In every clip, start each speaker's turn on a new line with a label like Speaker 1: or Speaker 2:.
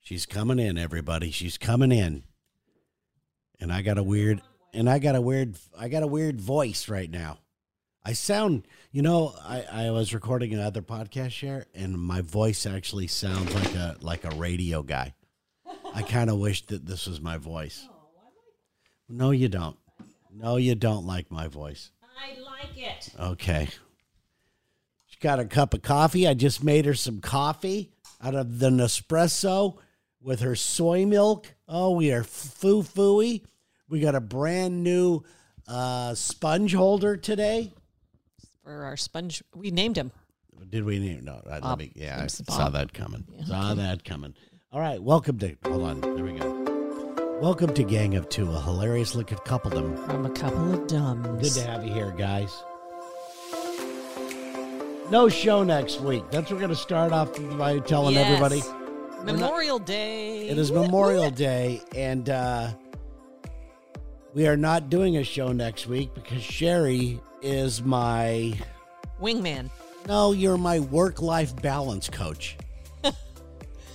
Speaker 1: She's coming in, everybody. She's coming in. And I got a weird and I got a weird I got a weird voice right now. I sound you know, I, I was recording another podcast share and my voice actually sounds like a like a radio guy. I kinda wish that this was my voice. No, you don't. No, you don't like my voice.
Speaker 2: I like it.
Speaker 1: Okay. She got a cup of coffee. I just made her some coffee out of the Nespresso with her soy milk. Oh, we are foo fooey. We got a brand new uh, sponge holder today.
Speaker 2: For our sponge, we named him.
Speaker 1: Did we name? No, right, let
Speaker 2: Bob.
Speaker 1: me, yeah, I
Speaker 2: It's
Speaker 1: saw
Speaker 2: Bob.
Speaker 1: that coming. Saw that coming. All right, welcome to. Hold on, there we go. Welcome to Gang of Two, a hilarious look at coupledom.
Speaker 2: From a couple of
Speaker 1: Good
Speaker 2: dumbs.
Speaker 1: to have you here, guys. No show next week. That's what we're going to start off by telling
Speaker 2: Yes.
Speaker 1: everybody.
Speaker 2: Memorial Day.
Speaker 1: It is Memorial Day, and uh, we are not doing a show next week because Sherry is my.
Speaker 2: Wingman.
Speaker 1: No, you're my work life balance coach.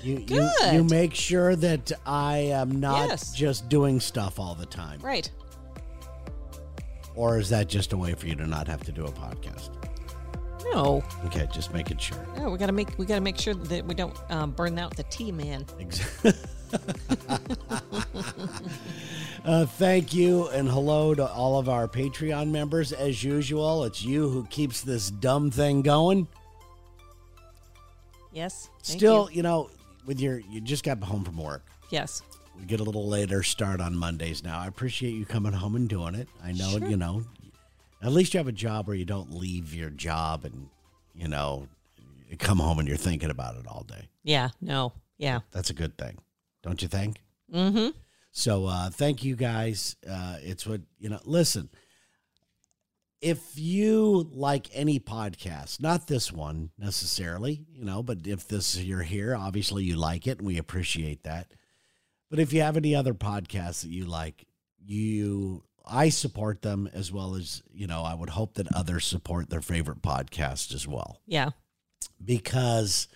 Speaker 1: You, you,
Speaker 2: Good.
Speaker 1: you make sure that I am not
Speaker 2: Yes.
Speaker 1: just doing stuff all the time.
Speaker 2: Right.
Speaker 1: Or is that just a way for you to not have to do a podcast?
Speaker 2: No.
Speaker 1: Okay, just making sure.
Speaker 2: No, we gotta make we gotta make sure that we don't um, burn out the T man.
Speaker 1: Exactly. uh, thank you and hello to all of our Patreon members. As usual, it's you who keeps this dumb thing going.
Speaker 2: Yes. thank
Speaker 1: Still,
Speaker 2: you.
Speaker 1: you. know, with your you just got home from work.
Speaker 2: Yes.
Speaker 1: We get a little later start on Mondays now. I appreciate you coming home and doing it. I know you know. At least you have a job where you don't leave your job and you know come home and you're thinking about it all day.
Speaker 2: Yeah. No. Yeah.
Speaker 1: That's a good thing, don't you think?
Speaker 2: Mm-hmm.
Speaker 1: So uh, thank you guys. Uh, it's what you know. Listen, if you like any podcast, not this one necessarily, you know, but if this you're here, obviously you like it, and we appreciate that. But if you have any other podcasts that you like, you I support them as well as you know. I would hope that others support their favorite podcast as well
Speaker 2: Yeah.
Speaker 1: because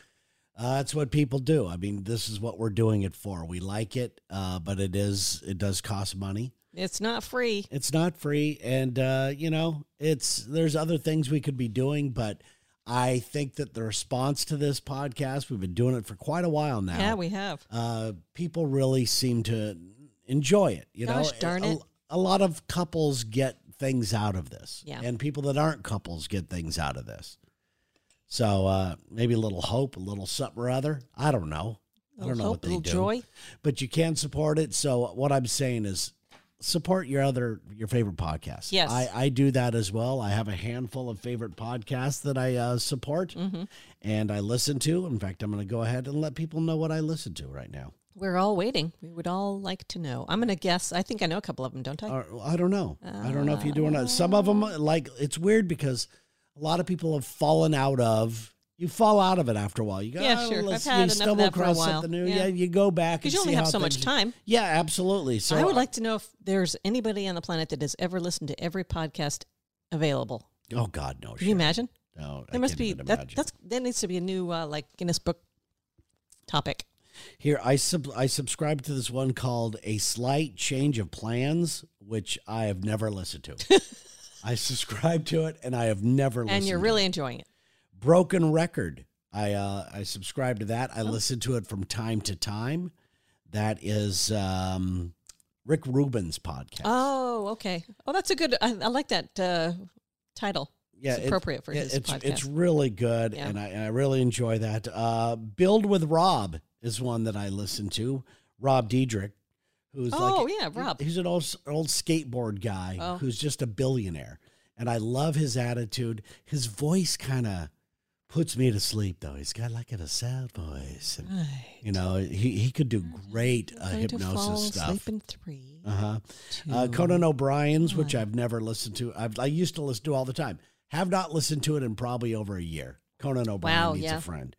Speaker 1: uh, that's what people do. I mean, this is what we're doing it for. We like it, uh, but it is it does cost money.
Speaker 2: It's not free.
Speaker 1: It's not free, and uh, you know, it's there's other things we could be doing, but I think that the response to this podcast, we've been doing it for quite a while now.
Speaker 2: Yeah, we have.
Speaker 1: uh, people really seem to enjoy it. You
Speaker 2: Gosh
Speaker 1: know,
Speaker 2: darn
Speaker 1: A-
Speaker 2: it.
Speaker 1: A, lot of couples get things out of this,
Speaker 2: Yeah.
Speaker 1: and people that aren't couples get things out of this. So uh, maybe a little hope, a little something or other. I don't know. I don't know what
Speaker 2: hope,
Speaker 1: they
Speaker 2: little
Speaker 1: do,
Speaker 2: joy.
Speaker 1: but you can support it. So what I'm saying is, support your other your favorite podcasts.
Speaker 2: Yes.
Speaker 1: I, I do that as well. I have a handful of favorite podcasts that I uh, support
Speaker 2: Mm-hmm.
Speaker 1: and I listen to. In fact, I'm going to go ahead and let people know what I listen to right now.
Speaker 2: We're all waiting. We would all like to know. I'm gonna guess. I think I know a couple of them, don't I?
Speaker 1: Or, I don't know. I don't know if you do or not. Some of them, like, it's weird because a lot of people have fallen out of. You fall out of it after a while. You go,
Speaker 2: Yeah,
Speaker 1: "Oh,
Speaker 2: sure. I've
Speaker 1: let's-
Speaker 2: had
Speaker 1: you
Speaker 2: enough of
Speaker 1: stumble
Speaker 2: that for a
Speaker 1: across
Speaker 2: while."
Speaker 1: something new.
Speaker 2: Yeah.
Speaker 1: Yeah. you go back and
Speaker 2: Because you only
Speaker 1: see
Speaker 2: have
Speaker 1: how
Speaker 2: so much
Speaker 1: things-
Speaker 2: time.
Speaker 1: Yeah, absolutely. So
Speaker 2: I would
Speaker 1: I-
Speaker 2: like to know if there's anybody on the planet that has ever listened to every podcast available.
Speaker 1: Oh God, no!
Speaker 2: Can you
Speaker 1: shit.
Speaker 2: imagine?
Speaker 1: No, I
Speaker 2: There must
Speaker 1: can't
Speaker 2: be
Speaker 1: even
Speaker 2: that.
Speaker 1: imagine.
Speaker 2: That's that needs to be a new uh, like Guinness Book topic.
Speaker 1: Here, I sub I subscribe to this one called "A Slight Change of Plans," which I have never listened to. I subscribe to it, and I have never. listened
Speaker 2: And you're
Speaker 1: to it.
Speaker 2: really enjoying it.
Speaker 1: Broken Record. I uh, I subscribe to that. I
Speaker 2: Oh.
Speaker 1: listen to it from time to time. That is um, Rick Rubin's podcast.
Speaker 2: Oh, okay. Oh, that's a good. I, I like that uh, title. it's
Speaker 1: it-
Speaker 2: appropriate for
Speaker 1: it-
Speaker 2: his
Speaker 1: it's,
Speaker 2: podcast.
Speaker 1: It's really good,
Speaker 2: Yeah.
Speaker 1: and I, and I really enjoy that. Uh, Build with Rob is one that I listen to. Rob Diedrich, who's
Speaker 2: oh
Speaker 1: like
Speaker 2: yeah, Rob.
Speaker 1: He's an old old skateboard guy
Speaker 2: Oh.
Speaker 1: who's just a billionaire, and I love his attitude. His voice kind of puts me to sleep, though. He's got like a sad voice,
Speaker 2: Ah,
Speaker 1: and you know he he could do great uh,
Speaker 2: Going to Ah, fall
Speaker 1: hypnosis stuff.
Speaker 2: Asleep in three.
Speaker 1: Uh-huh. Uh Conan O'Brien's, which I've never listened to. I've, I used to listen to all the time. Have not listened to it in probably over a year. Conan O'Brien
Speaker 2: Wow,
Speaker 1: needs
Speaker 2: yeah.
Speaker 1: a friend.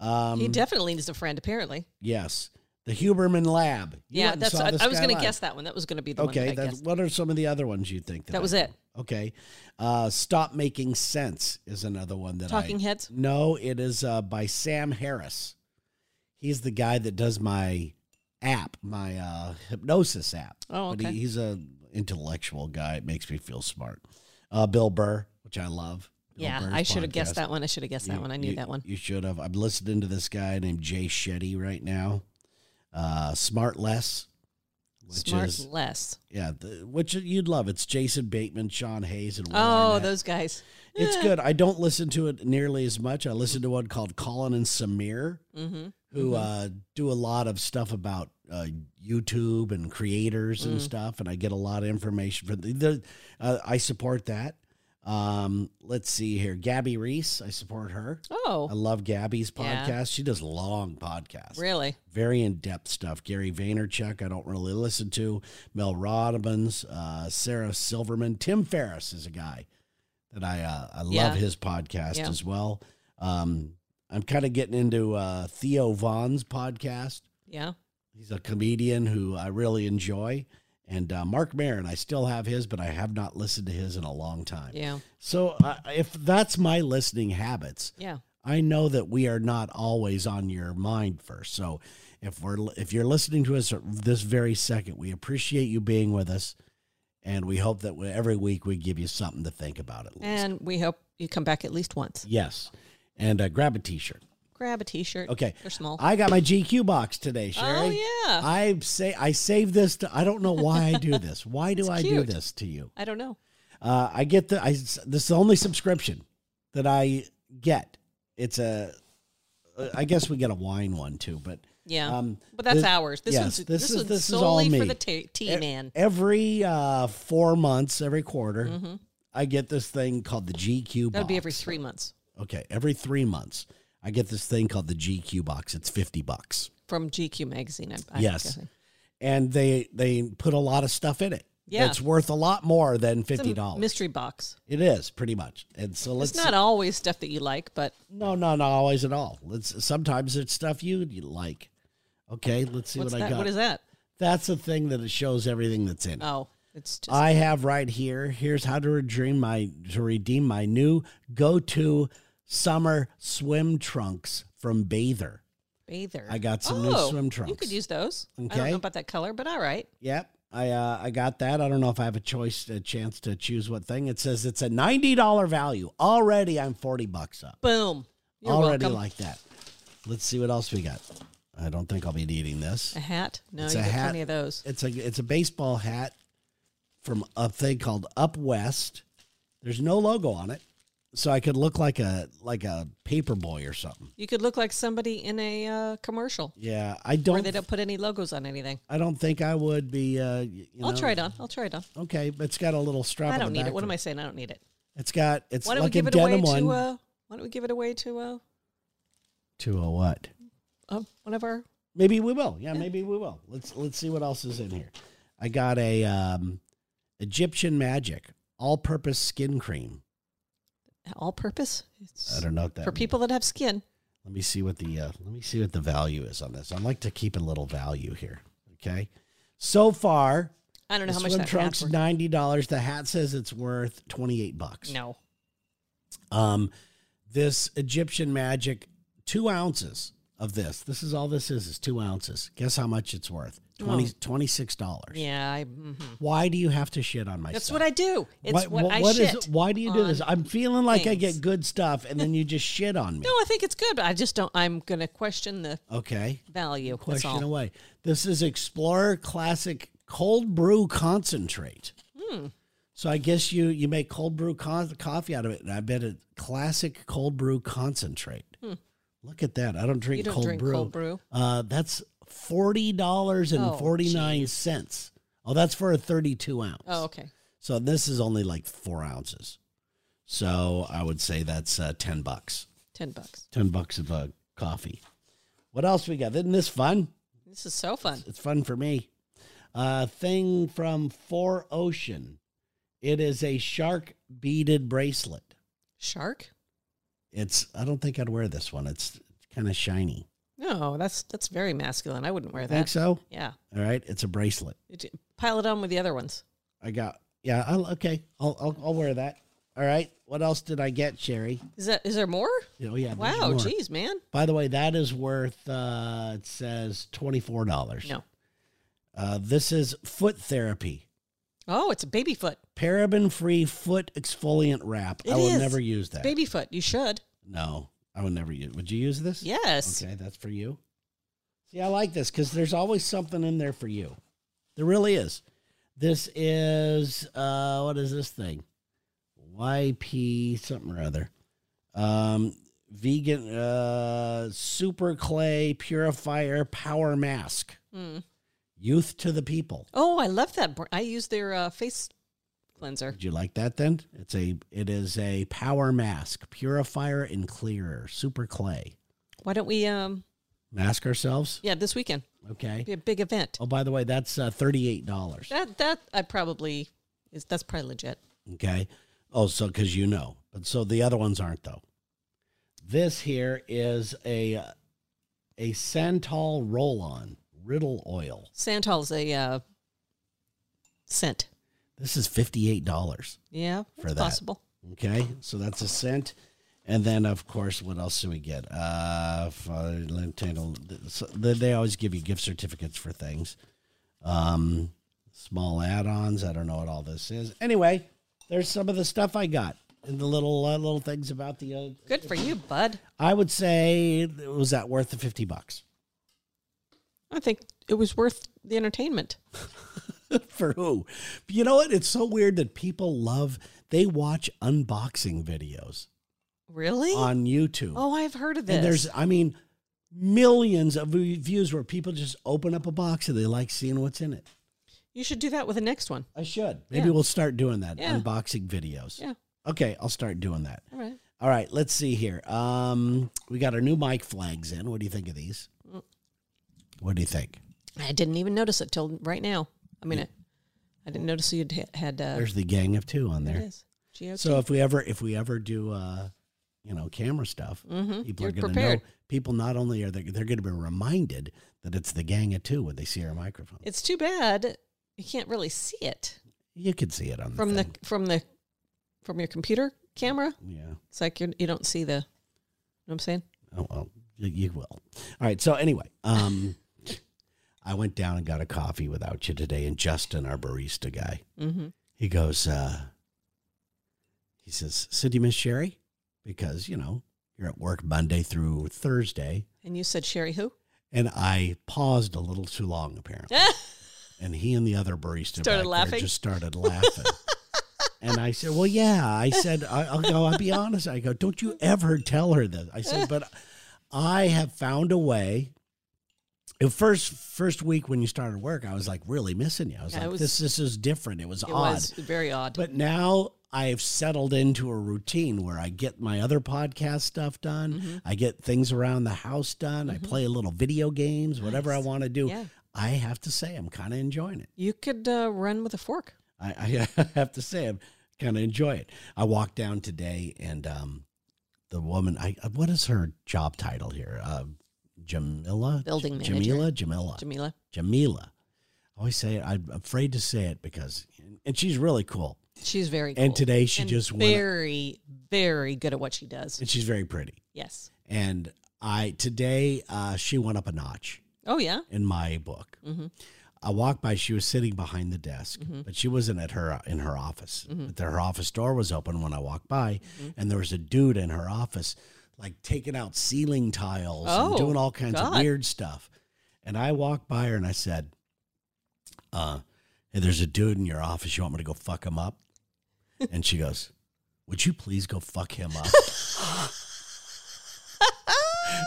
Speaker 1: Um,
Speaker 2: he definitely needs a friend. Apparently.
Speaker 1: yes, the Huberman Lab. You went
Speaker 2: yeah,
Speaker 1: and
Speaker 2: that's.
Speaker 1: saw
Speaker 2: I,
Speaker 1: this
Speaker 2: I was
Speaker 1: guy
Speaker 2: going to
Speaker 1: live.
Speaker 2: guess that one. That was going to be the one.
Speaker 1: Okay,
Speaker 2: That I
Speaker 1: that,
Speaker 2: guessed.
Speaker 1: what are some of the other ones you think? That,
Speaker 2: That
Speaker 1: I
Speaker 2: was
Speaker 1: know?
Speaker 2: it.
Speaker 1: Okay, uh, "Stop Making Sense" is another one that I
Speaker 2: Talking Heads?
Speaker 1: No, it is uh, by Sam Harris. He's the guy that does my app, my uh, hypnosis app.
Speaker 2: Oh,
Speaker 1: But
Speaker 2: okay.
Speaker 1: he, he's a intellectual guy. It makes me feel smart. Uh, Bill Burr, which I love. Bill
Speaker 2: yeah,
Speaker 1: Burr's
Speaker 2: I should have guessed
Speaker 1: podcast.
Speaker 2: that one. I should have guessed that
Speaker 1: You-
Speaker 2: one. I knew
Speaker 1: you-
Speaker 2: that one.
Speaker 1: You should have. I'm listening to this guy named Jay Shetty right now. Uh, Smart Less, which
Speaker 2: Smart
Speaker 1: is
Speaker 2: less.
Speaker 1: yeah, the, which you'd love. It's Jason Bateman, Sean Hayes, and Will
Speaker 2: Oh,
Speaker 1: Arnett.
Speaker 2: those guys.
Speaker 1: It's
Speaker 2: Eh.
Speaker 1: good. I don't listen to it nearly as much. I listen to one called Colin and Samir,
Speaker 2: Mm-hmm.
Speaker 1: who uh, do a lot of stuff about uh, YouTube and creators and
Speaker 2: Mm.
Speaker 1: stuff, and I get a lot of information from the. the uh, I support that. Um, let's see here, Gabby Reese. I support her. I
Speaker 2: Oh,
Speaker 1: love Gabby's
Speaker 2: Yeah.
Speaker 1: podcast. She does long podcasts,
Speaker 2: really?
Speaker 1: very in depth stuff. Gary Vaynerchuk, I don't really listen to. Mel Rodman's, uh, Sarah Silverman, Tim Ferriss is a guy that I uh, I love
Speaker 2: Yeah.
Speaker 1: his podcast
Speaker 2: Yeah.
Speaker 1: as well. Um, I'm kind of getting into uh, Theo Vaughn's podcast.
Speaker 2: Yeah.
Speaker 1: He's a comedian who I really enjoy. And uh, Mark Maron, I still have his, but I have not listened to his in a long time.
Speaker 2: Yeah.
Speaker 1: So uh, if that's my listening habits,
Speaker 2: Yeah.
Speaker 1: I know that we are not always on your mind first. So if we're if you're listening to us this very second, we appreciate you being with us, and we hope that we, every week we give you something to think about at least.
Speaker 2: And we hope you come back at least once.
Speaker 1: yes, and uh, grab a T-shirt.
Speaker 2: Grab a t shirt.
Speaker 1: Okay,
Speaker 2: They're small.
Speaker 1: I got my GQ box today, Sherry.
Speaker 2: oh, yeah. I,
Speaker 1: I say I save this to. I don't know why I do this. Why do
Speaker 2: It's
Speaker 1: I
Speaker 2: cute.
Speaker 1: do this to you?
Speaker 2: don't know.
Speaker 1: Uh, I get the I this is the only subscription that I get. It's a I guess we get a wine one too, but
Speaker 2: Yeah.
Speaker 1: um
Speaker 2: but that's
Speaker 1: this-
Speaker 2: ours. This
Speaker 1: yes,
Speaker 2: one's,
Speaker 1: this
Speaker 2: this
Speaker 1: is-
Speaker 2: one's
Speaker 1: this is all
Speaker 2: solely
Speaker 1: me.
Speaker 2: for the t- tea man.
Speaker 1: every uh 4 months, every quarter, I get this thing called the GQ box.
Speaker 2: That would Mm-hmm. be every three months
Speaker 1: Okay, every 3 months. I get this thing called the GQ box. It's 50 bucks.
Speaker 2: from GQ magazine. I, I
Speaker 1: Yes.
Speaker 2: guess.
Speaker 1: And they they put a lot of stuff in it.
Speaker 2: Yeah.
Speaker 1: It's worth a lot more than
Speaker 2: It's a
Speaker 1: $50.
Speaker 2: mystery box.
Speaker 1: it is pretty much. And so let's
Speaker 2: It's not always stuff that you like, but
Speaker 1: No, no, not always at all. Let's sometimes it's stuff you like. Okay, let's see
Speaker 2: what's
Speaker 1: what I
Speaker 2: that?
Speaker 1: got.
Speaker 2: What is that?
Speaker 1: That's the thing that it shows everything that's in. it.
Speaker 2: Oh, it's just
Speaker 1: I have right here. Here's how to redeem my to redeem my new go-to summer swim trunks from Bather.
Speaker 2: bather. Oh,
Speaker 1: I got some new swim
Speaker 2: You could
Speaker 1: trunks.
Speaker 2: use those. I don't
Speaker 1: Okay.
Speaker 2: know about that color, but all right.
Speaker 1: Yep, I uh, I got that. I don't know if I have a choice, a chance to choose what thing. It says it's a ninety dollar value. Already, I'm forty bucks up.
Speaker 2: Boom. You're
Speaker 1: already
Speaker 2: welcome.
Speaker 1: like that. Let's see what else we got. I don't think I'll be needing this.
Speaker 2: a hat? No,
Speaker 1: It's
Speaker 2: you
Speaker 1: a
Speaker 2: got
Speaker 1: hat.
Speaker 2: plenty of those.
Speaker 1: It's a it's a baseball hat from a thing called Up West. There's no logo on it, so I could look like a like a paper boy or something.
Speaker 2: You could look like somebody in a uh, commercial
Speaker 1: Yeah, I
Speaker 2: where
Speaker 1: don't.
Speaker 2: they don't put any logos on anything.
Speaker 1: I don't think I would be. Uh, y- you
Speaker 2: I'll
Speaker 1: know,
Speaker 2: try it on. I'll try it on.
Speaker 1: Okay, but it's got a little strap.
Speaker 2: I
Speaker 1: on
Speaker 2: don't
Speaker 1: the
Speaker 2: need it.
Speaker 1: back
Speaker 2: What
Speaker 1: for-
Speaker 2: am I saying? I don't need it.
Speaker 1: It's got. It's
Speaker 2: Why don't
Speaker 1: like
Speaker 2: we
Speaker 1: a
Speaker 2: give it away
Speaker 1: denim one.
Speaker 2: to? Uh, why don't we give it away to uh,
Speaker 1: to a what?
Speaker 2: uh, one of our?
Speaker 1: Maybe we will. Yeah, maybe we will. Let's let's see what else is in here. I got a um, Egyptian Magic all-purpose skin cream.
Speaker 2: all-purpose. It's
Speaker 1: I don't know what that
Speaker 2: for people that have skin.
Speaker 1: Let me see what the uh, let me see what the value is on this. I like to keep a little value here. Okay, so far
Speaker 2: I don't know
Speaker 1: the
Speaker 2: how much
Speaker 1: swim
Speaker 2: that
Speaker 1: trunks
Speaker 2: hat's worth.
Speaker 1: ninety dollars. The hat says it's worth twenty eight bucks.
Speaker 2: No,
Speaker 1: Um, this Egyptian magic, two ounces of this. This is all this is is two ounces. Guess how much it's worth? 20,
Speaker 2: Oh.
Speaker 1: $26.
Speaker 2: yeah, I, mhm.
Speaker 1: Why do you have to shit on my
Speaker 2: that's
Speaker 1: stuff?
Speaker 2: what I do. It's what, I
Speaker 1: what is-
Speaker 2: shit.
Speaker 1: why do you do this?
Speaker 2: on
Speaker 1: I'm feeling like I
Speaker 2: things.
Speaker 1: get good stuff, and then you just shit on me.
Speaker 2: No, I think it's good, but I just don't. I'm gonna question the
Speaker 1: Okay.
Speaker 2: value. That's
Speaker 1: question
Speaker 2: all.
Speaker 1: away. This is Explorer Classic Cold Brew Concentrate.
Speaker 2: Hmm.
Speaker 1: So I guess you you make cold brew con- coffee out of it, and I bet it classic cold brew concentrate. Look at that! I don't drink
Speaker 2: Hmm. You don't
Speaker 1: cold
Speaker 2: drink
Speaker 1: brew.
Speaker 2: cold brew?
Speaker 1: Uh, that's forty dollars and forty nine cents. Oh, that's for a thirty two ounce.
Speaker 2: Oh, okay.
Speaker 1: So this is only like four ounces. So I would say that's uh, ten bucks.
Speaker 2: Ten bucks.
Speaker 1: Ten bucks of a coffee. What else we got? Isn't this fun?
Speaker 2: This is so fun.
Speaker 1: It's fun for me. Uh, thing from Four Ocean. It is a shark beaded bracelet.
Speaker 2: Shark?
Speaker 1: It's. I don't think I'd wear this one. It's kind of shiny.
Speaker 2: No, that's that's very masculine. I wouldn't wear
Speaker 1: I
Speaker 2: that.
Speaker 1: think so.
Speaker 2: Yeah,
Speaker 1: All right. It's a bracelet.
Speaker 2: It- pile it on with the other ones.
Speaker 1: I got. Yeah. I'll, okay. I'll, I'll. I'll wear that. I All right. What else did I get, Sherry?
Speaker 2: Is that is there more?
Speaker 1: Oh yeah. there's
Speaker 2: Wow,
Speaker 1: more.
Speaker 2: geez, man.
Speaker 1: By the way, that is worth uh it says twenty four dollars.
Speaker 2: No.
Speaker 1: Uh this is foot therapy.
Speaker 2: Oh, it's a baby foot.
Speaker 1: Paraben free foot exfoliant wrap.
Speaker 2: It
Speaker 1: I will
Speaker 2: is.
Speaker 1: never use that.
Speaker 2: Baby foot. You should.
Speaker 1: No. I would never use would you use this?
Speaker 2: Yes.
Speaker 1: Okay, that's for you. See, I like this because there's always something in there for you. There really is. This is uh what is this thing? YP something or other. Um vegan uh super clay purifier power mask.
Speaker 2: Mm.
Speaker 1: Youth to the people.
Speaker 2: Oh, I love that. br- I use their uh, face cleanser.
Speaker 1: Did you like that then? It's a it is a power mask, purifier and clearer, super clay.
Speaker 2: Why don't we? Um,
Speaker 1: Mask ourselves?
Speaker 2: yeah, this weekend
Speaker 1: Okay.
Speaker 2: be a big event.
Speaker 1: Oh, by the way, that's uh, thirty-eight dollars.
Speaker 2: That that I probably is. That's probably legit.
Speaker 1: Okay. Oh, so because you know, but so the other ones aren't though. This here is a uh, a Santal roll-on riddle oil.
Speaker 2: Santal is a uh, scent.
Speaker 1: This is fifty-eight dollars.
Speaker 2: Yeah,
Speaker 1: For
Speaker 2: it's
Speaker 1: that.
Speaker 2: possible.
Speaker 1: Okay, so that's a scent, and then of course, what else do we get? Uh, for Lantano, so they they always give you gift certificates for things. Um, small add-ons. I don't know what all this is. Anyway, there's some of the stuff I got and the little uh, little things about the. Uh,
Speaker 2: Good for you, bud.
Speaker 1: I would say was that worth the fifty bucks
Speaker 2: I think it was worth the entertainment.
Speaker 1: for who? But you know what? It's so weird that people love they watch unboxing videos
Speaker 2: Really?
Speaker 1: on YouTube.
Speaker 2: oh, I've heard of this.
Speaker 1: And there's, I mean, millions of v- views where people just open up a box and they like seeing what's in it.
Speaker 2: you should do that with the next one.
Speaker 1: I should. Maybe
Speaker 2: Yeah.
Speaker 1: we'll start doing that
Speaker 2: Yeah.
Speaker 1: unboxing videos.
Speaker 2: Yeah.
Speaker 1: Okay, I'll start doing that.
Speaker 2: All right.
Speaker 1: All right, let's see here. Um, we got our new mic flags in. What do you think of these? What do you think?
Speaker 2: I didn't even notice it till right now. I mean, it, I didn't notice you'd ha- had. Uh,
Speaker 1: There's the gang of two on
Speaker 2: there it
Speaker 1: there.
Speaker 2: is. Geo.
Speaker 1: So if we ever if we ever do uh, you know, camera stuff,
Speaker 2: Mhm.
Speaker 1: people are
Speaker 2: You're
Speaker 1: going to know.
Speaker 2: prepared.
Speaker 1: People not only are they they're going to be reminded that it's the gang of two when they see our microphone.
Speaker 2: It's too bad you can't really see it
Speaker 1: You can see it on the
Speaker 2: from the
Speaker 1: thing.
Speaker 2: from the from your computer camera.
Speaker 1: yeah.
Speaker 2: It's like you you don't see the. You know what I'm saying?
Speaker 1: Oh well, you, you will. All right. So anyway, um, I went down and got a coffee without you today, and Justin, our barista guy,
Speaker 2: Mm-hmm.
Speaker 1: he goes, uh, he says, "So do you miss Sherry? Because you know you're at work Monday through Thursday."
Speaker 2: And you said Sherry who?
Speaker 1: And I paused a little too long, apparently. And he and the other barista
Speaker 2: Started
Speaker 1: back
Speaker 2: laughing?
Speaker 1: There just started laughing. and I said, "Well, yeah." I said, I, "I'll go. I'll be honest." I go, "Don't you ever tell her this." I said, "But I have found a way." The first first week when you started work, I was like really missing you. I was
Speaker 2: Yeah, it
Speaker 1: like,
Speaker 2: was-
Speaker 1: "This this is different." It was
Speaker 2: it
Speaker 1: odd.
Speaker 2: was very odd.
Speaker 1: But now I've settled into a routine where I get my other podcast stuff done.
Speaker 2: Mm-hmm.
Speaker 1: I get things around the house done. I play little video games, whatever I want to do.
Speaker 2: Yeah.
Speaker 1: I have to say, I'm kind of enjoying it.
Speaker 2: you could uh, run with a fork.
Speaker 1: I, I have to say, I'm kind of enjoy it. I walked down today and um, the woman, I uh, what is her job title here? Uh, Jamila?
Speaker 2: Building manager.
Speaker 1: Jamila? Jamila.
Speaker 2: Jamila.
Speaker 1: Jamila. I always say it, I'm afraid to say it because, and she's really cool.
Speaker 2: She's very
Speaker 1: And
Speaker 2: cool.
Speaker 1: today she
Speaker 2: And
Speaker 1: just went
Speaker 2: very very good at what she does.
Speaker 1: and she's very pretty.
Speaker 2: Yes.
Speaker 1: And I today uh, she went up a notch
Speaker 2: Oh yeah. Mm-hmm.
Speaker 1: in my book. I walked by; she was sitting behind the desk, but she wasn't at her in her office.
Speaker 2: Mm-hmm.
Speaker 1: But her office door was open when I walked by, and there was a dude in her office, like taking out ceiling tiles and
Speaker 2: Oh,
Speaker 1: doing all kinds of
Speaker 2: God.
Speaker 1: weird stuff. And I walked by her and I said, "Uh, hey, there's a dude in your office. You want me to go fuck him up?" and she goes, "Would you please go fuck him up?"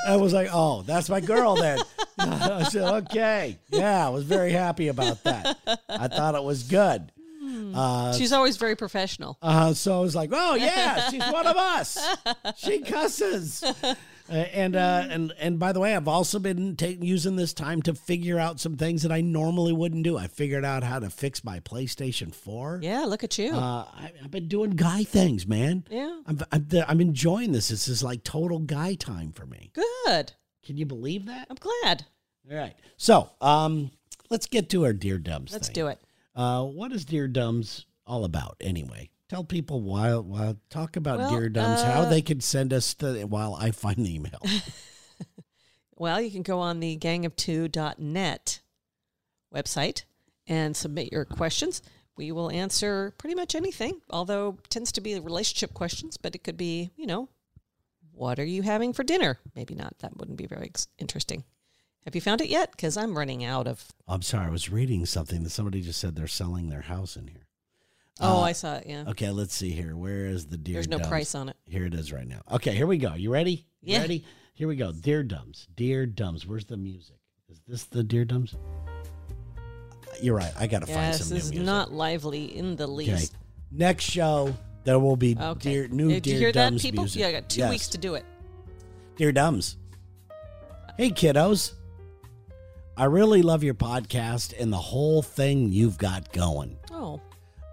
Speaker 1: I was like, oh, that's my girl then. I said, okay. Yeah, I was very happy about that. I thought it was good. Uh,
Speaker 2: She's always very professional.
Speaker 1: uh, so I was like, oh, yeah, she's one of us. She cusses. Uh, and uh, and and by the way, I've also been ta- using this time to figure out some things that I normally wouldn't do. I figured out how to fix my PlayStation 4.
Speaker 2: Yeah, look at you.
Speaker 1: Uh, I, I've been doing guy things, man.
Speaker 2: yeah.
Speaker 1: I'm, I'm, I'm enjoying this. This is like total guy time for me.
Speaker 2: Good.
Speaker 1: Can you believe that?
Speaker 2: I'm glad.
Speaker 1: All right. So, um, let's get to our Dear Dumbs.
Speaker 2: Let's do it.
Speaker 1: Uh, what is Dear Dumbs all about anyway? Tell people while while talk about
Speaker 2: Well,
Speaker 1: Dear Dumbs how
Speaker 2: uh,
Speaker 1: they can send us the while I find the email.
Speaker 2: Well, you can go on the gangoftwo.net website and submit your questions. We will answer pretty much anything, although it tends to be relationship questions, but it could be, you know, what are you having for dinner? Maybe not. That wouldn't be very ex- interesting. Have you found it yet? Because I'm running out of.
Speaker 1: I'm sorry, I was reading something that somebody just said they're selling their house in here.
Speaker 2: Oh,
Speaker 1: Uh,
Speaker 2: I saw it. Yeah.
Speaker 1: Okay, let's see here. Where is the Dear
Speaker 2: There's no
Speaker 1: Dumbs?
Speaker 2: price on it.
Speaker 1: Here it is right now. Okay, here we go. You ready? You
Speaker 2: Yeah.
Speaker 1: Ready? Here we go. Dear Dumbs. Dear Dumbs. Where's the music? Is this the Dear Dumbs? You're right. I gotta find
Speaker 2: Yes,
Speaker 1: some new
Speaker 2: this is
Speaker 1: music.
Speaker 2: not lively in the
Speaker 1: okay.
Speaker 2: least.
Speaker 1: Next show there will be
Speaker 2: Okay.
Speaker 1: dear new
Speaker 2: Did
Speaker 1: Dear
Speaker 2: you hear
Speaker 1: Dumbs
Speaker 2: that, people?
Speaker 1: music.
Speaker 2: Yeah, I got two
Speaker 1: Yes.
Speaker 2: weeks to do it.
Speaker 1: Dear Dumbs. Hey, kiddos. I really love your podcast and the whole thing you've got going.
Speaker 2: Oh,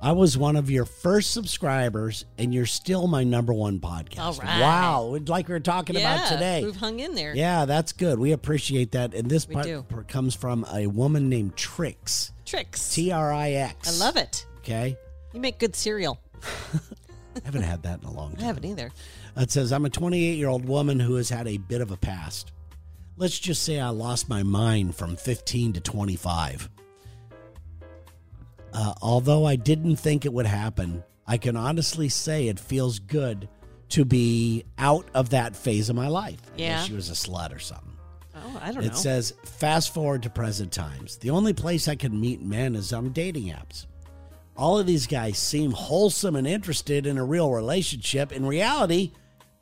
Speaker 1: I was one of your first subscribers, and you're still my number one podcast.
Speaker 2: All right.
Speaker 1: Wow. we'd- Like we were talking
Speaker 2: yeah.
Speaker 1: about today.
Speaker 2: We've hung in there.
Speaker 1: Yeah, that's good. We appreciate that. And this
Speaker 2: We
Speaker 1: part
Speaker 2: do.
Speaker 1: per- comes from a woman named Trix.
Speaker 2: Tricks.
Speaker 1: T R I X.
Speaker 2: I love it.
Speaker 1: Okay.
Speaker 2: You make good cereal.
Speaker 1: I haven't had that in a long
Speaker 2: I
Speaker 1: time.
Speaker 2: haven't either.
Speaker 1: It says, I'm a 28 year old woman who has had a bit of a past. Let's just say I lost my mind from 15 to 25. Uh, although I didn't think it would happen, I can honestly say it feels good to be out of that phase of my life. I guess
Speaker 2: Yeah.
Speaker 1: she was a slut or something.
Speaker 2: Oh, I don't
Speaker 1: It
Speaker 2: know.
Speaker 1: says, fast forward to present times. The only place I can meet men is on dating apps. All of these guys seem wholesome and interested in a real relationship. In reality,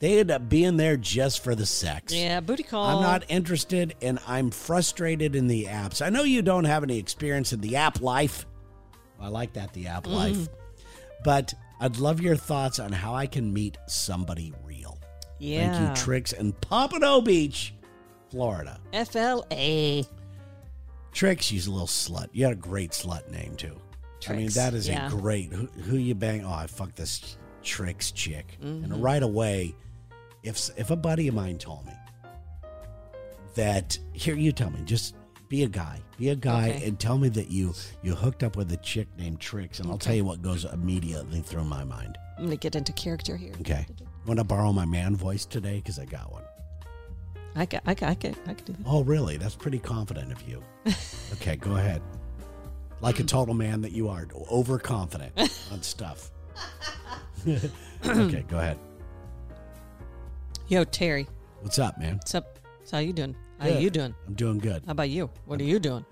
Speaker 1: they end up being there just for the sex.
Speaker 2: yeah, booty call.
Speaker 1: I'm not interested and I'm frustrated in the apps. I know you don't have any experience in the app life. I like that, the
Speaker 2: Mm-hmm.
Speaker 1: app life. But I'd love your thoughts on how I can meet somebody real.
Speaker 2: Yeah.
Speaker 1: Thank you, Tricks in Pompano Beach, Florida.
Speaker 2: FLA.
Speaker 1: Trick, she's a little slut. You had a great slut name too. I mean,
Speaker 2: Trix,
Speaker 1: that is
Speaker 2: yeah.
Speaker 1: a great who, who you bang. Oh, I fuck this tricks chick,
Speaker 2: Mm-hmm.
Speaker 1: and right away, if s- if a buddy of mine told me that, here you tell me, just be a guy, be a guy,
Speaker 2: Okay.
Speaker 1: and tell me that you you hooked up with a chick named Tricks, and I'll tell you what goes immediately through my mind.
Speaker 2: I'm going to get into character here.
Speaker 1: Okay, want to borrow my man voice today because I got one.
Speaker 2: I can, I can, I can, I can do that.
Speaker 1: Oh, really? That's pretty confident of you. okay, go ahead. Like a total man that you are, overconfident on stuff. okay, go ahead.
Speaker 2: Yo, Terry.
Speaker 1: What's up, man?
Speaker 2: What's up? So how you doing? How
Speaker 1: Good.
Speaker 2: you doing? Uh,
Speaker 1: I'm doing good.
Speaker 2: How about you? What are you doing?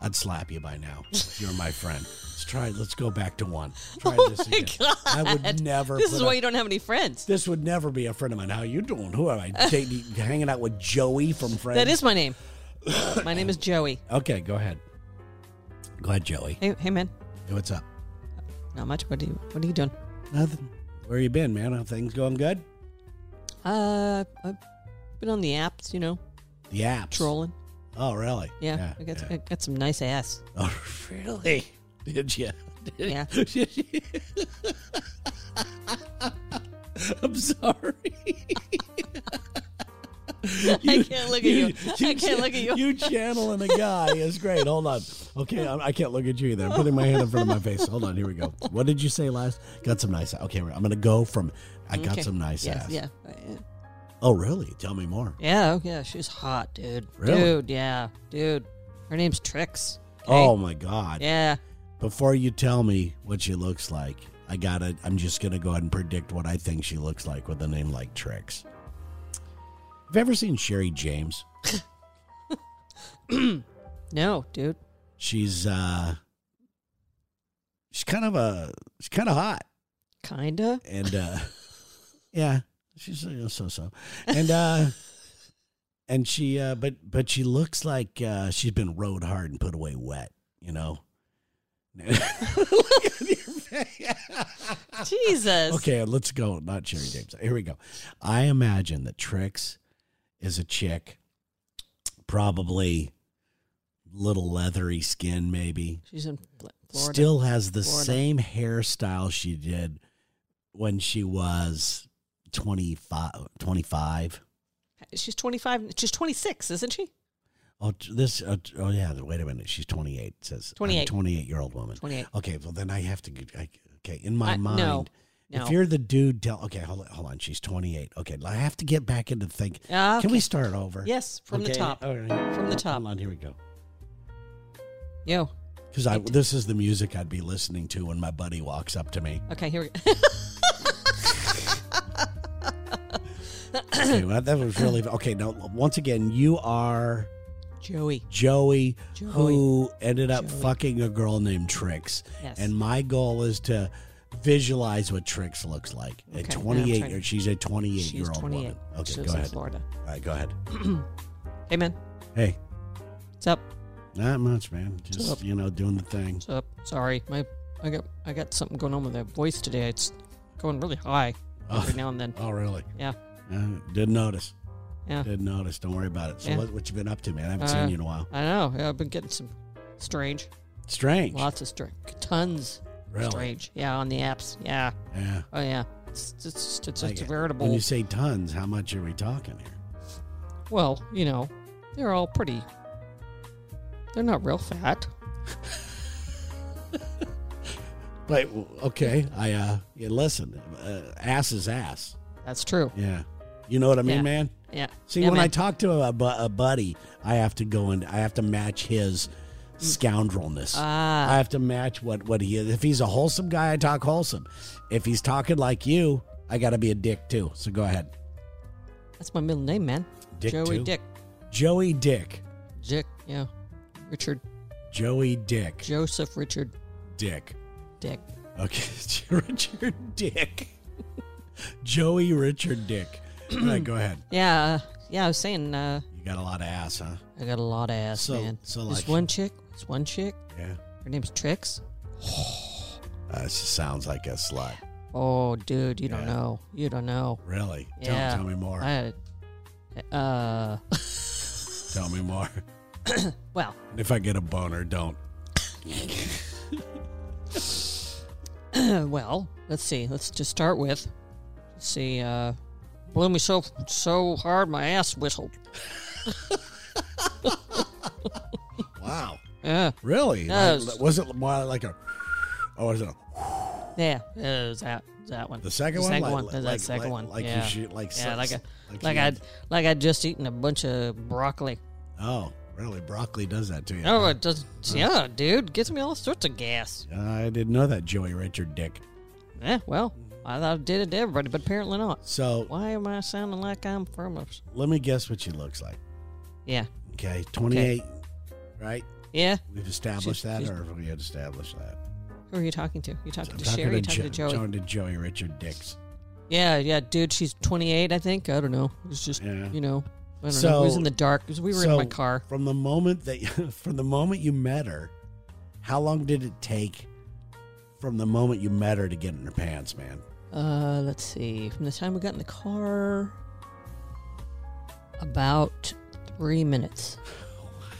Speaker 1: I'd slap you by now. if You're my friend. Let's try. Let's go back to one. Try
Speaker 2: Oh
Speaker 1: this
Speaker 2: my
Speaker 1: again.
Speaker 2: God.
Speaker 1: I would never.
Speaker 2: This
Speaker 1: put
Speaker 2: is
Speaker 1: up-
Speaker 2: why you don't have any friends.
Speaker 1: This would never be a friend of mine. How you doing? Who am I dating? hanging out with Joey from Friends?
Speaker 2: That is my name. my name is Joey.
Speaker 1: Okay, go ahead. Go ahead, Joey.
Speaker 2: Hey, hey, man.
Speaker 1: Hey, what's up?
Speaker 2: Not much. What are you? What are you doing?
Speaker 1: Nothing. Where you been, man? How things going? Good.
Speaker 2: Uh, I've been on the apps, you know,
Speaker 1: The apps.
Speaker 2: trolling.
Speaker 1: Oh, really?
Speaker 2: Yeah, I got,
Speaker 1: yeah.
Speaker 2: I got some nice ass.
Speaker 1: Oh, really? Did you?
Speaker 2: Yeah.
Speaker 1: I'm sorry.
Speaker 2: I can't look at you. I can't look at you.
Speaker 1: You channeling a guy is great. Hold on. Okay, I, I can't look at you either. I'm putting my hand in front of my face. Hold on. Here we go. What did you say last? Got some nice. Okay, I'm gonna go from. I got
Speaker 2: Okay.
Speaker 1: some nice
Speaker 2: Yes,
Speaker 1: ass.
Speaker 2: Yeah. Uh,
Speaker 1: Oh, really? Tell me more.
Speaker 2: Yeah, oh, yeah, she's hot, dude.
Speaker 1: Really?
Speaker 2: Dude, yeah, dude. Her name's Trix. okay?
Speaker 1: Oh my God.
Speaker 2: yeah.
Speaker 1: Before you tell me what she looks like, I gotta. I'm just gonna go ahead and predict what I think she looks like with a name like Trix. Have you ever seen Sherry James?
Speaker 2: No, dude.
Speaker 1: She's uh, she's kind of a she's kind of hot,
Speaker 2: Kinda.
Speaker 1: and uh, yeah, she's uh, so so, and uh, and she uh, but but she looks like uh, she's been rode hard and put away wet, you know. Look at your face.
Speaker 2: Jesus.
Speaker 1: Okay, let's go. Not Sherry James. Here we go. I imagine that Trix is a chick, probably little leathery skin, maybe.
Speaker 2: She's in Fl- Florida.
Speaker 1: Still has the
Speaker 2: Florida.
Speaker 1: same hairstyle she did when she was 25. 25.
Speaker 2: She's 25. She's 26, isn't she?
Speaker 1: Oh, t- this. Uh, t- oh, yeah. Wait a minute. She's 28. It says I'm a
Speaker 2: 28.
Speaker 1: 28 year old woman.
Speaker 2: 28.
Speaker 1: Okay, well, then I have to. g- I, Okay, in my
Speaker 2: I-
Speaker 1: mind.
Speaker 2: no, no.
Speaker 1: If you're the dude, tell okay. Hold on, hold on. She's 28. Okay, I have to get back into think.
Speaker 2: Ah, Okay.
Speaker 1: Can we start over?
Speaker 2: Yes, from the
Speaker 1: Okay, oh.
Speaker 2: top.
Speaker 1: all right.
Speaker 2: From the top.
Speaker 1: Hold on. Here we go.
Speaker 2: Yo.
Speaker 1: Because I this is the music I'd be listening to when my buddy walks up to me.
Speaker 2: Okay, here we go.
Speaker 1: Okay, well, that was really okay. Now, once again, you are
Speaker 2: Joey.
Speaker 1: Joey,
Speaker 2: Joey.
Speaker 1: who ended up
Speaker 2: Joey.
Speaker 1: fucking a girl named Trix.
Speaker 2: Yes.
Speaker 1: And my goal is to visualize what Trix looks like at
Speaker 2: Okay, now I'm
Speaker 1: 28.
Speaker 2: trying-
Speaker 1: Or she's a 28
Speaker 2: She's
Speaker 1: year old
Speaker 2: 28.
Speaker 1: woman. Okay,
Speaker 2: she
Speaker 1: go
Speaker 2: lives in
Speaker 1: ahead. All
Speaker 2: Florida.
Speaker 1: right, go ahead.
Speaker 2: Hey, man.
Speaker 1: Hey,
Speaker 2: What's up?
Speaker 1: not much, man.
Speaker 2: What's
Speaker 1: Just
Speaker 2: up?
Speaker 1: you know, doing the thing.
Speaker 2: What's up? Sorry, my I got I got something going on with that voice today. It's going really high every now and then.
Speaker 1: Oh, really?
Speaker 2: Yeah.
Speaker 1: Uh, didn't notice.
Speaker 2: Yeah.
Speaker 1: Didn't notice. Don't worry about it. So,
Speaker 2: Yeah.
Speaker 1: what, what you been up to, man? I haven't
Speaker 2: Uh,
Speaker 1: seen you in a while.
Speaker 2: I know. Yeah, I've been getting some strange,
Speaker 1: Strange.
Speaker 2: lots of strange, tons
Speaker 1: really?
Speaker 2: of strange. Yeah, on the apps. Yeah.
Speaker 1: Yeah.
Speaker 2: Oh yeah. It's it's it's, it's,
Speaker 1: Like, uh,
Speaker 2: it's
Speaker 1: When
Speaker 2: veritable.
Speaker 1: you say tons, how much are we talking here?
Speaker 2: Well, you know, they're all pretty. They're not real fat.
Speaker 1: Wait, w- okay. I uh, yeah, listen. Uh, ass is ass.
Speaker 2: That's true.
Speaker 1: Yeah, you know what I mean,
Speaker 2: Yeah.
Speaker 1: man.
Speaker 2: Yeah.
Speaker 1: See,
Speaker 2: yeah,
Speaker 1: when I
Speaker 2: man.
Speaker 1: talk to a, bu- a buddy, I have to go and I have to match his scoundrelness.
Speaker 2: ah
Speaker 1: I have to match what what he is. If he's a wholesome guy, I talk wholesome. If he's talking like you, I got to be a dick too. So go ahead,
Speaker 2: that's my middle name, man.
Speaker 1: Dick
Speaker 2: Joey
Speaker 1: too?
Speaker 2: Dick.
Speaker 1: Joey Dick,
Speaker 2: Dick. Yeah. Richard
Speaker 1: Joey Dick,
Speaker 2: Joseph Richard
Speaker 1: Dick.
Speaker 2: Dick.
Speaker 1: Okay, Richard Dick, Joey Richard Dick. All right, go ahead.
Speaker 2: Yeah, uh, yeah. I was saying, uh,
Speaker 1: You got a lot of ass, huh?
Speaker 2: I got a lot of ass,
Speaker 1: So-
Speaker 2: man.
Speaker 1: so,
Speaker 2: this
Speaker 1: like-
Speaker 2: one chick, this one chick.
Speaker 1: Yeah.
Speaker 2: Her name's Trix.
Speaker 1: Uh, she sounds like a slut.
Speaker 2: Oh, dude, you don't
Speaker 1: Yeah.
Speaker 2: know. You don't know.
Speaker 1: Really?
Speaker 2: Yeah.
Speaker 1: Tell, tell me more.
Speaker 2: I had, uh,
Speaker 1: tell me more.
Speaker 2: well,
Speaker 1: If I get a boner, don't.
Speaker 2: well. Let's see. Let's just start with. Let's see. Uh, blew me so so hard, my ass whistled.
Speaker 1: Wow.
Speaker 2: Yeah,
Speaker 1: Really?
Speaker 2: No,
Speaker 1: Like,
Speaker 2: it's-
Speaker 1: was it more like a? Or was it a,
Speaker 2: yeah. It was that that one.
Speaker 1: the second
Speaker 2: the
Speaker 1: one?
Speaker 2: second
Speaker 1: Like-
Speaker 2: one.
Speaker 1: Like,
Speaker 2: That second
Speaker 1: like,
Speaker 2: one.
Speaker 1: Like
Speaker 2: yeah.
Speaker 1: you should like.
Speaker 2: yeah,
Speaker 1: so-
Speaker 2: like a,
Speaker 1: like,
Speaker 2: like
Speaker 1: you-
Speaker 2: I like I just eaten a bunch of broccoli.
Speaker 1: Oh, really? Broccoli does that to you.
Speaker 2: Oh, it does. Yeah, dude, gets me all sorts of gas.
Speaker 1: I didn't know that, Joey Richard Dick.
Speaker 2: Yeah, well, I thought I did it to everybody, but apparently not.
Speaker 1: So
Speaker 2: Why am I sounding like I'm from a?
Speaker 1: let me guess what she looks like.
Speaker 2: Yeah,
Speaker 1: Okay, twenty-eight, right?
Speaker 2: yeah.
Speaker 1: We've established that,
Speaker 2: she's-
Speaker 1: or have we had established that?
Speaker 2: Who are you talking to? You talking
Speaker 1: I'm
Speaker 2: to Sherry? You talking to
Speaker 1: Jo-
Speaker 2: Joey?
Speaker 1: talking to Joey Richard Dicks.
Speaker 2: Yeah, yeah, dude. She's 28, I think. I don't know. It's just
Speaker 1: Yeah.
Speaker 2: you know, I don't know.
Speaker 1: So-
Speaker 2: It was in the dark. 'cause we were in
Speaker 1: So,
Speaker 2: my car.
Speaker 1: From the moment that from the moment you met her, how long did it take from the moment you met her to get in her pants, man?
Speaker 2: Uh, let's see. From the time we got in the car, about three minutes.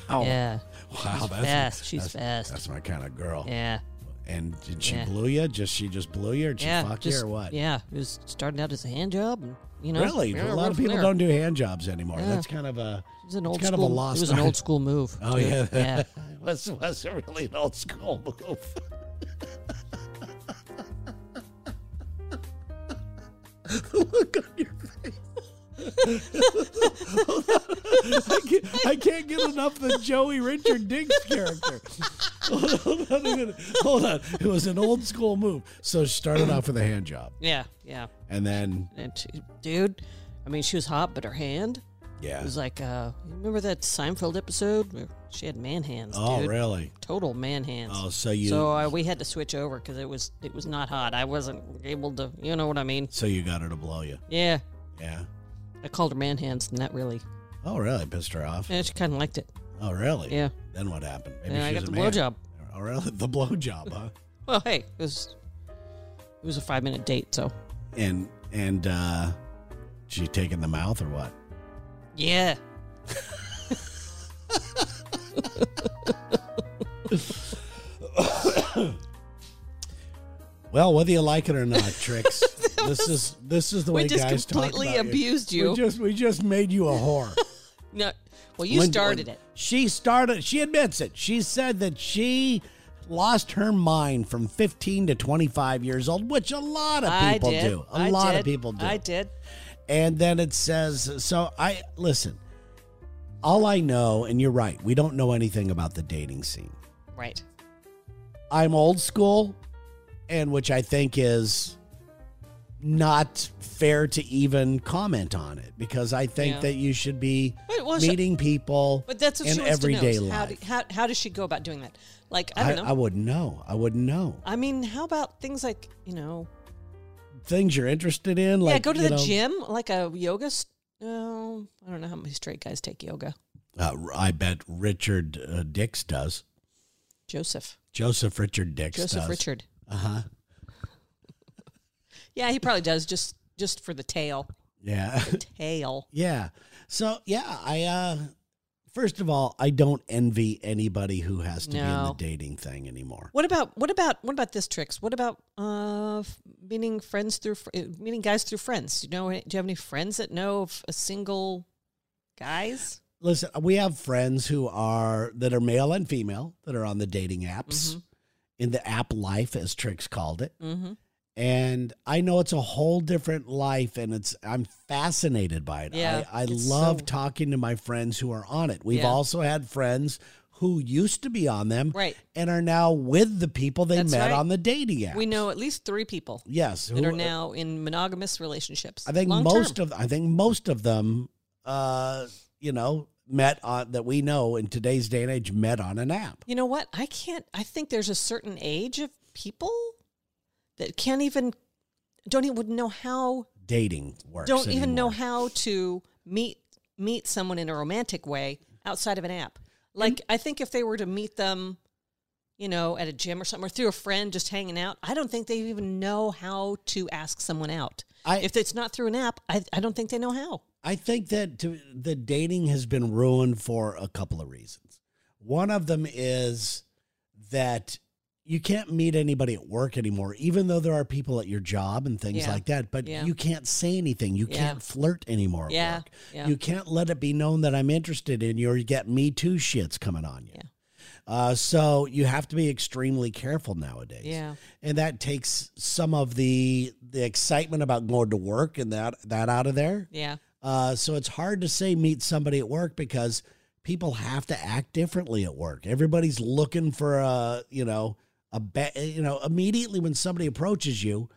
Speaker 1: Oh,
Speaker 2: Yeah.
Speaker 1: wow,
Speaker 2: She's
Speaker 1: that's
Speaker 2: fast. She's
Speaker 1: that's,
Speaker 2: fast.
Speaker 1: That's my kind of girl.
Speaker 2: Yeah.
Speaker 1: And did she
Speaker 2: Yeah.
Speaker 1: blew you? Just she just blew you, or did she
Speaker 2: yeah.
Speaker 1: fuck
Speaker 2: just-
Speaker 1: you, or what?
Speaker 2: Yeah. It was starting out as a hand job. And, you know,
Speaker 1: really,
Speaker 2: yeah,
Speaker 1: a
Speaker 2: right
Speaker 1: lot of
Speaker 2: from
Speaker 1: people
Speaker 2: there.
Speaker 1: don't do hand jobs anymore.
Speaker 2: Yeah.
Speaker 1: That's kind of a
Speaker 2: It was an
Speaker 1: It's
Speaker 2: old
Speaker 1: kind of a
Speaker 2: school.
Speaker 1: lost
Speaker 2: it was an
Speaker 1: art.
Speaker 2: old school move.
Speaker 1: oh
Speaker 2: too.
Speaker 1: yeah,
Speaker 2: yeah.
Speaker 1: it was was a really an old school move. The Look on your face. I, can't, I can't get enough of the Joey Richard Diggs character. Hold on, a minute. hold on. It was an old school move. So she started off with a hand job,
Speaker 2: Yeah. Yeah.
Speaker 1: and then
Speaker 2: And she, dude, I mean, she was hot, but her hand
Speaker 1: yeah.
Speaker 2: was like, uh, you remember that Seinfeld episode? Where she had man hands.
Speaker 1: Oh,
Speaker 2: dude.
Speaker 1: really?
Speaker 2: Total man hands.
Speaker 1: Oh, so you so,
Speaker 2: so uh, we had to switch over because it was it was not hot. I wasn't able to, you know what I mean?
Speaker 1: you got her to blow you?
Speaker 2: Yeah,
Speaker 1: Yeah.
Speaker 2: I called her man hands, and that really,
Speaker 1: Oh, really? Pissed her off?
Speaker 2: and she kind of liked it.
Speaker 1: Oh, really?
Speaker 2: Yeah,
Speaker 1: Then what happened? Maybe
Speaker 2: and I
Speaker 1: she
Speaker 2: got
Speaker 1: was
Speaker 2: the
Speaker 1: a man.
Speaker 2: blowjob.
Speaker 1: Or really, the blowjob, huh?
Speaker 2: Well, hey, it was it was a five minute date, so
Speaker 1: and and uh she taking the mouth or what?
Speaker 2: yeah,
Speaker 1: Well, whether you like it or not, Trix, this is this is the way
Speaker 2: we just
Speaker 1: guys talk
Speaker 2: completely
Speaker 1: about
Speaker 2: abused
Speaker 1: you.
Speaker 2: you.
Speaker 1: We just we just made you a whore.
Speaker 2: no, well, you
Speaker 1: When-
Speaker 2: started
Speaker 1: when
Speaker 2: it.
Speaker 1: She started. She admits it. She said that she lost her mind from 15 to 25 years old, which a lot of people
Speaker 2: I did.
Speaker 1: do. A
Speaker 2: I
Speaker 1: lot
Speaker 2: did.
Speaker 1: of people do.
Speaker 2: I did.
Speaker 1: And then it says, so I listen, all I know, and you're right, we don't know anything about the dating scene.
Speaker 2: Right.
Speaker 1: I'm old school, and which I think is not fair to even comment on it because I think
Speaker 2: Yeah.
Speaker 1: that you should be
Speaker 2: But, well, she-
Speaker 1: meeting people
Speaker 2: But that's what
Speaker 1: in
Speaker 2: she wants
Speaker 1: everyday
Speaker 2: to know. is How,
Speaker 1: life.
Speaker 2: do, how, how does she go about doing that? Like, I
Speaker 1: I,
Speaker 2: don't
Speaker 1: I
Speaker 2: know.
Speaker 1: wouldn't know. I wouldn't know.
Speaker 2: I, mean, how about things like, you know,
Speaker 1: Things you're interested in, like
Speaker 2: yeah, go to
Speaker 1: you
Speaker 2: the
Speaker 1: know,
Speaker 2: gym, like a yoga. s- No, I don't know how many straight guys take yoga.
Speaker 1: Uh, I bet Richard uh, Dix does.
Speaker 2: Joseph.
Speaker 1: Joseph Richard Dix
Speaker 2: Joseph
Speaker 1: does.
Speaker 2: Richard.
Speaker 1: Uh huh.
Speaker 2: Yeah, he probably does just just for the tail.
Speaker 1: Yeah.
Speaker 2: Tail.
Speaker 1: Yeah. So yeah, I uh first of all, I don't envy anybody who has to be in the
Speaker 2: No.
Speaker 1: dating thing anymore.
Speaker 2: What about what about what about this tricks? What about uh f- meeting friends through fr- uh, meeting guys through friends? Do you know any- do you have any friends that know of a single guys?
Speaker 1: Listen, we have friends who are that are male and female that are on the dating apps in the app life as Trix called it.
Speaker 2: Mm-hmm.
Speaker 1: And I know it's a whole different life and it's I'm fascinated by it.
Speaker 2: Yeah,
Speaker 1: I, I
Speaker 2: it's
Speaker 1: love
Speaker 2: so-
Speaker 1: talking to my friends who are on it. We've
Speaker 2: Yeah.
Speaker 1: also had friends who used to be on them
Speaker 2: Right.
Speaker 1: and are now with the people they
Speaker 2: That's
Speaker 1: met
Speaker 2: right.
Speaker 1: on the dating app.
Speaker 2: We know at least three people
Speaker 1: Yes,
Speaker 2: that are
Speaker 1: who- uh,
Speaker 2: now in monogamous relationships.
Speaker 1: I think
Speaker 2: long
Speaker 1: most
Speaker 2: term.
Speaker 1: of I think most of them, uh, you know, met on that we know in today's day and age met on an app.
Speaker 2: You know what? I can't. I think there's a certain age of people that can't even don't even would know how
Speaker 1: Dating works.
Speaker 2: don't even know
Speaker 1: anymore.
Speaker 2: how to meet meet someone in a romantic way outside of an app. Like I think if they were to meet them, you know, at a gym or something, or through a friend just hanging out, I don't think they even know how to ask someone out.
Speaker 1: I-
Speaker 2: if it's not through an app, I, I don't think they know how.
Speaker 1: I think that to, the dating has been ruined for a couple of reasons. One of them is that you can't meet anybody at work anymore, even though there are people at your job and things
Speaker 2: Yeah.
Speaker 1: like that. But
Speaker 2: Yeah.
Speaker 1: you can't say anything. You
Speaker 2: Yeah.
Speaker 1: can't flirt anymore. at
Speaker 2: Yeah.
Speaker 1: work.
Speaker 2: Yeah.
Speaker 1: You can't let it be known that I'm interested in you or you get Me Too shits coming on you.
Speaker 2: Yeah.
Speaker 1: Uh, so you have to be extremely careful nowadays
Speaker 2: Yeah.
Speaker 1: and that takes some of the the excitement about going to work and that that out of there
Speaker 2: Yeah.
Speaker 1: uh, so it's hard to say meet somebody at work because people have to act differently at work. Everybody's looking for a, you know, a ba- you know, immediately when somebody approaches you,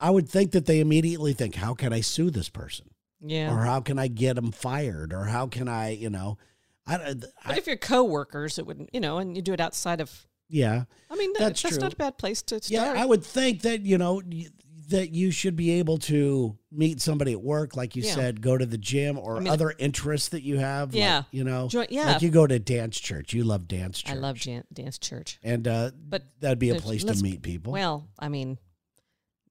Speaker 1: I would think that they immediately think, how can I sue this person?
Speaker 2: Yeah.
Speaker 1: Or how can I get them fired? Or how can I, you know, I, don't-
Speaker 2: But
Speaker 1: I
Speaker 2: if you're coworkers, it would you know, and you do it outside of.
Speaker 1: yeah.
Speaker 2: I mean, that,
Speaker 1: That's
Speaker 2: that's,
Speaker 1: true.
Speaker 2: not a bad place to start.
Speaker 1: Yeah, I would think that you know y- that you should be able to meet somebody at work, like you
Speaker 2: Yeah.
Speaker 1: said, go to the gym or
Speaker 2: I mean,
Speaker 1: other interests that you have. like,
Speaker 2: Yeah.
Speaker 1: you know,
Speaker 2: Join- yeah.
Speaker 1: like you go to dance church. You love dance church.
Speaker 2: I love jan- dance church.
Speaker 1: and uh,
Speaker 2: But
Speaker 1: that'd be a
Speaker 2: there's-
Speaker 1: place to
Speaker 2: let's-
Speaker 1: meet people.
Speaker 2: Well, I mean,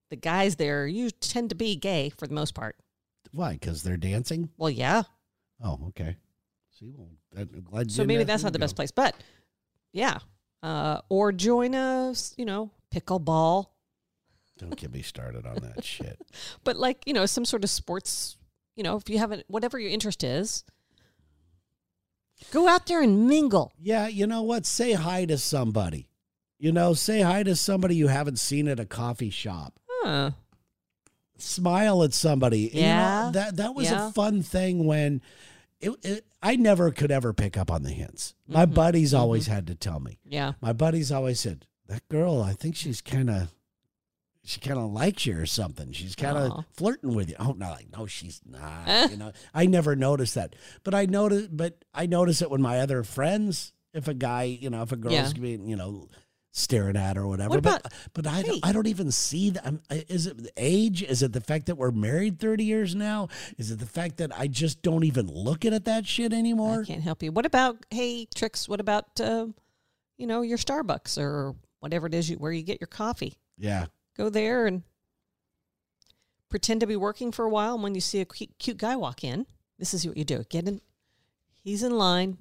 Speaker 2: the guys there you tend to be gay for the most part.
Speaker 1: Why? Because they're dancing.
Speaker 2: Well, yeah.
Speaker 1: Oh, okay. See, well, that, I'm glad. you
Speaker 2: So
Speaker 1: didn't
Speaker 2: maybe
Speaker 1: ask
Speaker 2: that's
Speaker 1: me
Speaker 2: not the
Speaker 1: to go.
Speaker 2: best place, but yeah. Uh, or join us, you know, pickleball,
Speaker 1: Don't get me started on that shit.
Speaker 2: but like you know, some sort of sports. You know, if you haven't, whatever your interest is, go out there and mingle.
Speaker 1: Yeah, you know what? Say hi to somebody. You know, say hi to somebody you haven't seen at a coffee shop.
Speaker 2: Huh.
Speaker 1: smile at somebody. You know,
Speaker 2: Yeah.
Speaker 1: that that was
Speaker 2: Yeah.
Speaker 1: a fun thing when it, it, I never could ever pick up on the hints. My
Speaker 2: Mm-hmm.
Speaker 1: buddies always had to tell me.
Speaker 2: Yeah.
Speaker 1: My buddies always said, "That girl, I think she's kind of she kind of likes you or something. She's kind of
Speaker 2: Aw.
Speaker 1: flirting with you." Oh no, like no, she's not. you know, I never noticed that, but I notice. But I notice it when my other friends, if a guy, you know, if a girl's
Speaker 2: Yeah.
Speaker 1: being, you know, staring at or whatever.
Speaker 2: What
Speaker 1: but uh,
Speaker 2: about-
Speaker 1: but I
Speaker 2: hey.
Speaker 1: don't, I don't even see that. I'm, I- is it the age? Is it the fact that we're married thirty years now? Is it the fact that I just don't even look at that shit
Speaker 2: I
Speaker 1: anymore?
Speaker 2: can't help you. What about hey tricks? What about uh, you know your Starbucks or whatever it is you where you get your coffee?
Speaker 1: Yeah.
Speaker 2: Go there and pretend to be working for a while. And when you see a cute, cute guy walk in, this is what you do. Get in. He's in line.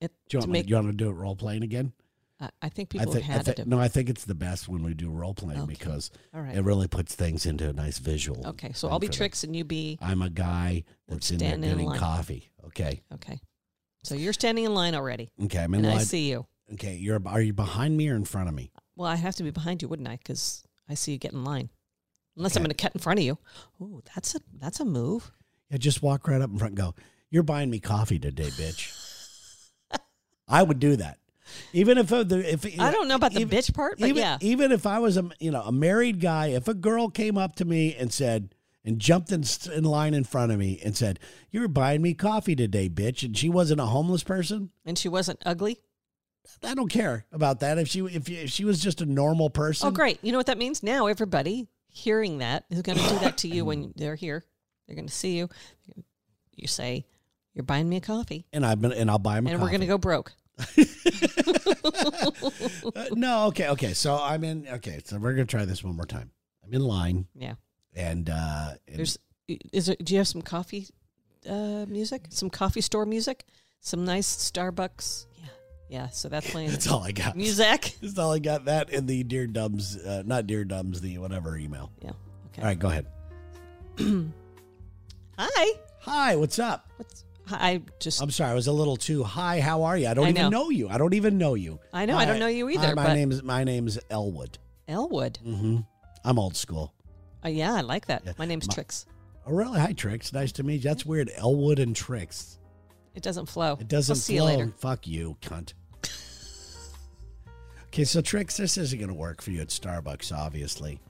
Speaker 2: It,
Speaker 1: Do you
Speaker 2: to
Speaker 1: want, me-
Speaker 2: make,
Speaker 1: you want to do it role playing again?
Speaker 2: I, I think people
Speaker 1: I think,
Speaker 2: have had
Speaker 1: I think
Speaker 2: it.
Speaker 1: no, I think it's the best when we do role playing
Speaker 2: Okay.
Speaker 1: because
Speaker 2: All right.
Speaker 1: it really puts things into a nice visual.
Speaker 2: Okay. So
Speaker 1: thing
Speaker 2: I'll be
Speaker 1: for them.
Speaker 2: tricks and you be
Speaker 1: I'm a guy
Speaker 2: We're
Speaker 1: that's in there
Speaker 2: standing in
Speaker 1: getting
Speaker 2: line.
Speaker 1: coffee. Okay,
Speaker 2: okay. So you're standing in line already,
Speaker 1: okay, I'm in
Speaker 2: and
Speaker 1: line.
Speaker 2: I see you.
Speaker 1: Okay, you're are you behind me or in front of me?
Speaker 2: Well, I have to be behind you, wouldn't I? Because I see you get in line. Unless I'm
Speaker 1: Okay.
Speaker 2: going to cut in front of you. Ooh, that's a that's a move.
Speaker 1: Yeah, just walk right up in front and go, You're buying me coffee today, bitch. I would do that. Even if uh, the if
Speaker 2: I don't know about the
Speaker 1: even-
Speaker 2: bitch part, but
Speaker 1: even, e
Speaker 2: yeah.
Speaker 1: even if I was a you know a married guy, if a girl came up to me and said and jumped in, s- in line in front of me and said, "You were buying me coffee today, bitch," and she wasn't a homeless person,
Speaker 2: And she wasn't ugly.
Speaker 1: I don't care about that. If she if, you, if she was just a normal person,
Speaker 2: Oh, great. You know what that means? Now everybody hearing that is going to do that to you when they're here. They're going to see you. You say, "You're buying me a coffee,"
Speaker 1: and I've been and I'll buy him a
Speaker 2: and we're
Speaker 1: coffee.
Speaker 2: going to go broke.
Speaker 1: Uh, no, okay, okay. So I'm in. Okay, so we're gonna try this one more time. I'm in line,
Speaker 2: Yeah.
Speaker 1: and uh, and
Speaker 2: There's is there, do you have some coffee uh, music? Some coffee store music? Some nice Starbucks? Yeah. Yeah, so that's playing
Speaker 1: that's all I got.
Speaker 2: music.
Speaker 1: That's all I got. That and the dear dumbs, uh, not dear dumbs, the whatever email.
Speaker 2: Yeah. Okay.
Speaker 1: All right, go ahead.
Speaker 2: Hi.
Speaker 1: Hi, what's up?
Speaker 2: What's hi, I just
Speaker 1: I'm sorry, I was a little too. Hi, how are you? I don't
Speaker 2: I
Speaker 1: even know.
Speaker 2: know.
Speaker 1: you. I don't even know you.
Speaker 2: I know, I don't
Speaker 1: Hi.
Speaker 2: know you
Speaker 1: Hi,
Speaker 2: either,
Speaker 1: my
Speaker 2: but-
Speaker 1: name is my name's Elwood.
Speaker 2: Elwood.
Speaker 1: hmm I'm old school.
Speaker 2: Oh, yeah, I like that.
Speaker 1: Yeah.
Speaker 2: My name's
Speaker 1: My-
Speaker 2: Trix.
Speaker 1: Oh, really? Hi, Trix. Nice to meet you. That's weird. Elwood and Trix.
Speaker 2: It doesn't flow.
Speaker 1: It doesn't
Speaker 2: I'll see
Speaker 1: flow.
Speaker 2: you later.
Speaker 1: Fuck you, cunt. okay, so Trix, this isn't going to work for you at Starbucks, obviously.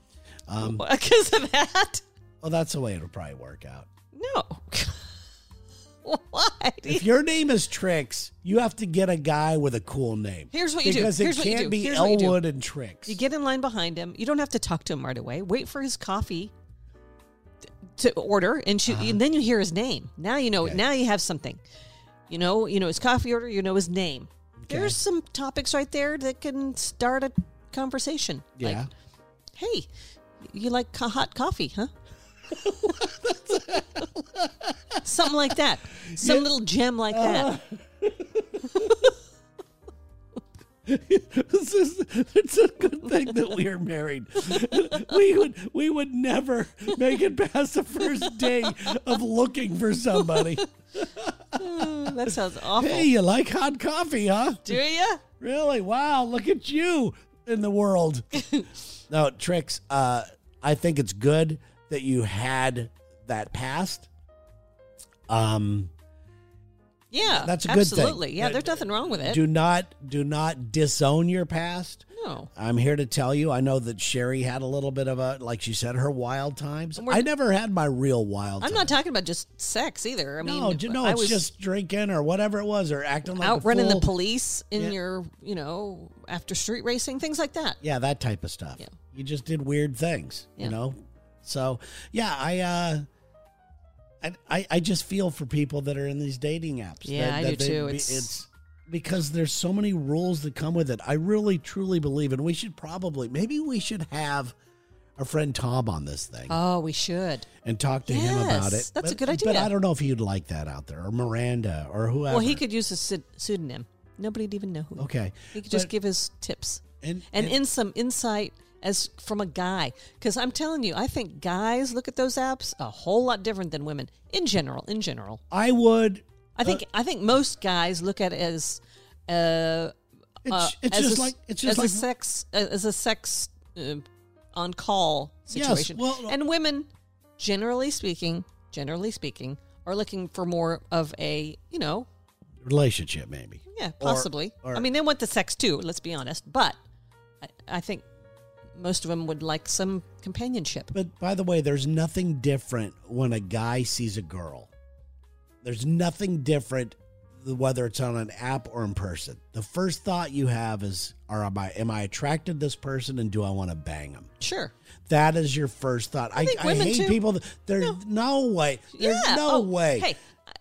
Speaker 1: Um,
Speaker 2: Because of that?
Speaker 1: Well, that's the way it'll probably work out.
Speaker 2: No. Why? do you-
Speaker 1: If your name is Trix, you have to get a guy with a cool name.
Speaker 2: Here's what you do.
Speaker 1: because
Speaker 2: Here's
Speaker 1: it
Speaker 2: what you
Speaker 1: can't
Speaker 2: do.
Speaker 1: be
Speaker 2: Here's what you do.
Speaker 1: Elwood and Trix.
Speaker 2: You get in line behind him. You don't have to talk to him right away. Wait for his coffee t- to order, and, shoot, and then you hear his name. Now you know.
Speaker 1: Uh-huh. Okay.
Speaker 2: Now you have something. You know. You know his coffee order. You know his name. There's some topics right there that can start a conversation. Like,
Speaker 1: yeah.
Speaker 2: hey, you like co- hot coffee, huh? Something like that. Some little gem like that.
Speaker 1: this is it's a good thing that we are married. we would we would never make it past the first day of looking for somebody.
Speaker 2: Mm, that sounds
Speaker 1: Uh-huh.
Speaker 2: awful.
Speaker 1: Hey, you like hot coffee, huh?
Speaker 2: Do you?
Speaker 1: Really? Wow, look at you in the world. no, Trix, uh, I think it's good that you had that past. Um,
Speaker 2: Yeah.
Speaker 1: That's a good thing.
Speaker 2: Absolutely. Yeah.
Speaker 1: Yeah,
Speaker 2: There's nothing wrong with it.
Speaker 1: do not do not disown your past.
Speaker 2: no.
Speaker 1: I'm here to tell you, I know that Sherry had a little bit of a like she said, her wild times.
Speaker 2: we're-
Speaker 1: I never had my real wild
Speaker 2: I'm
Speaker 1: times.
Speaker 2: not talking about just sex either. I mean,
Speaker 1: no, ju- no,
Speaker 2: I
Speaker 1: it's
Speaker 2: was
Speaker 1: just drinking or whatever it was, or acting like
Speaker 2: out
Speaker 1: a
Speaker 2: running the
Speaker 1: fool.
Speaker 2: police in
Speaker 1: Yeah.
Speaker 2: your, you know, after street racing, things like that.
Speaker 1: yeah that type of stuff
Speaker 2: Yeah.
Speaker 1: you just did weird things
Speaker 2: Yeah.
Speaker 1: you know so yeah i uh I, I i just feel for people that are in these dating apps
Speaker 2: Yeah,
Speaker 1: that,
Speaker 2: I
Speaker 1: that
Speaker 2: do
Speaker 1: they
Speaker 2: too.
Speaker 1: be-
Speaker 2: It's-
Speaker 1: because there's so many rules that come with it i really truly believe and we should probably maybe we should have our friend tom on this thing
Speaker 2: Oh, we should.
Speaker 1: and talk to him about
Speaker 2: yes,
Speaker 1: it
Speaker 2: that's a
Speaker 1: But-
Speaker 2: good
Speaker 1: but
Speaker 2: idea.
Speaker 1: i don't know if he'd like that out there or miranda or whoever
Speaker 2: Well, he could use a pse- pseudonym. Nobody'd even know who.
Speaker 1: okay
Speaker 2: He could just
Speaker 1: But-
Speaker 2: give his tips
Speaker 1: and,
Speaker 2: and in some insight as from a guy. Because I'm telling you, I think guys look at those apps a whole lot different than women in general. In general,
Speaker 1: i would
Speaker 2: I think I think most guys look at it as uh,
Speaker 1: it's,
Speaker 2: uh,
Speaker 1: it's
Speaker 2: as
Speaker 1: just
Speaker 2: a,
Speaker 1: like it's just
Speaker 2: as
Speaker 1: like
Speaker 2: a sex as a sex uh, on call situation.
Speaker 1: well-
Speaker 2: and women, generally speaking, generally speaking, are looking for more of a you know
Speaker 1: relationship maybe
Speaker 2: yeah
Speaker 1: Or-
Speaker 2: possibly.
Speaker 1: or-
Speaker 2: I mean, they want the sex too. Let's be honest, but I, I think most of them would like some companionship.
Speaker 1: But by the way, there's nothing different when a guy sees a girl. There's nothing different whether it's on an app or in person. The first thought you have is, "Are am I am I attracted to this person and do I want to bang him?"
Speaker 2: Sure,
Speaker 1: That is your first thought. I,
Speaker 2: think
Speaker 1: I,
Speaker 2: women
Speaker 1: hate
Speaker 2: too.
Speaker 1: people. That, there's no. way. There's
Speaker 2: yeah.
Speaker 1: no
Speaker 2: Oh,
Speaker 1: way.
Speaker 2: Hey, I-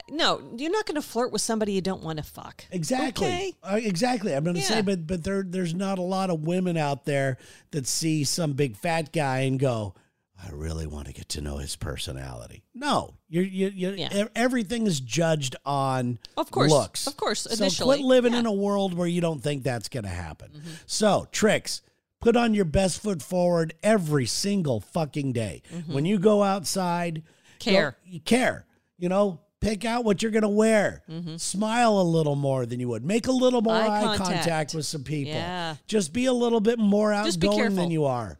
Speaker 2: no, you're not going to flirt with somebody you don't want to fuck.
Speaker 1: Exactly.
Speaker 2: Okay?
Speaker 1: Uh, exactly. I'm going to say,
Speaker 2: Yeah.
Speaker 1: but but there there's not a lot of women out there that see some big fat guy and go, I really want to get to know his personality. No, you're you you
Speaker 2: Yeah.
Speaker 1: e- everything is judged on
Speaker 2: Of course.
Speaker 1: looks.
Speaker 2: Of course,
Speaker 1: so
Speaker 2: initially.
Speaker 1: quit living
Speaker 2: Yeah.
Speaker 1: in a world where you don't think that's going to happen.
Speaker 2: Mm-hmm.
Speaker 1: So tricks. Put on your best foot forward every single fucking day. When you go outside,
Speaker 2: Mm-hmm. Care.
Speaker 1: you care. You know, Pick out what you're going to wear. Smile a little more than you would. Make a little more
Speaker 2: Mm-hmm. Eye
Speaker 1: eye,
Speaker 2: contact.
Speaker 1: contact. with some people.
Speaker 2: Yeah.
Speaker 1: Just be a little bit more
Speaker 2: Just be
Speaker 1: outgoing
Speaker 2: careful.
Speaker 1: than you are.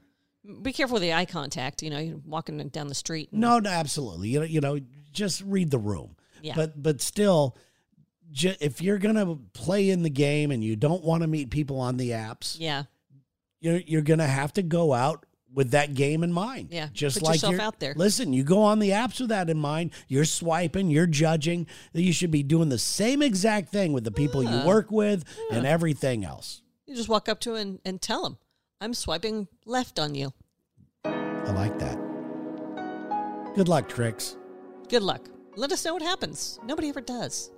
Speaker 2: Be careful with the eye contact. You know, you're walking down the street. and-
Speaker 1: No, no, absolutely. You know, you know, just read the room.
Speaker 2: Yeah.
Speaker 1: But but still, ju- if you're gonna play in the game and you don't want to meet people on the apps,
Speaker 2: Yeah.
Speaker 1: you're you're gonna have to go out with that game in mind.
Speaker 2: Yeah,
Speaker 1: Just
Speaker 2: put
Speaker 1: like
Speaker 2: yourself
Speaker 1: you're-
Speaker 2: out there.
Speaker 1: Listen, you go on the apps with that in mind. You're swiping. You're judging. You should be doing the same exact thing with the people
Speaker 2: Yeah.
Speaker 1: you work with and everything else.
Speaker 2: You just walk up to and, and tell them, I'm swiping left on you.
Speaker 1: I like that. Good luck, tricks.
Speaker 2: Good luck. Let us know what happens. Nobody ever does.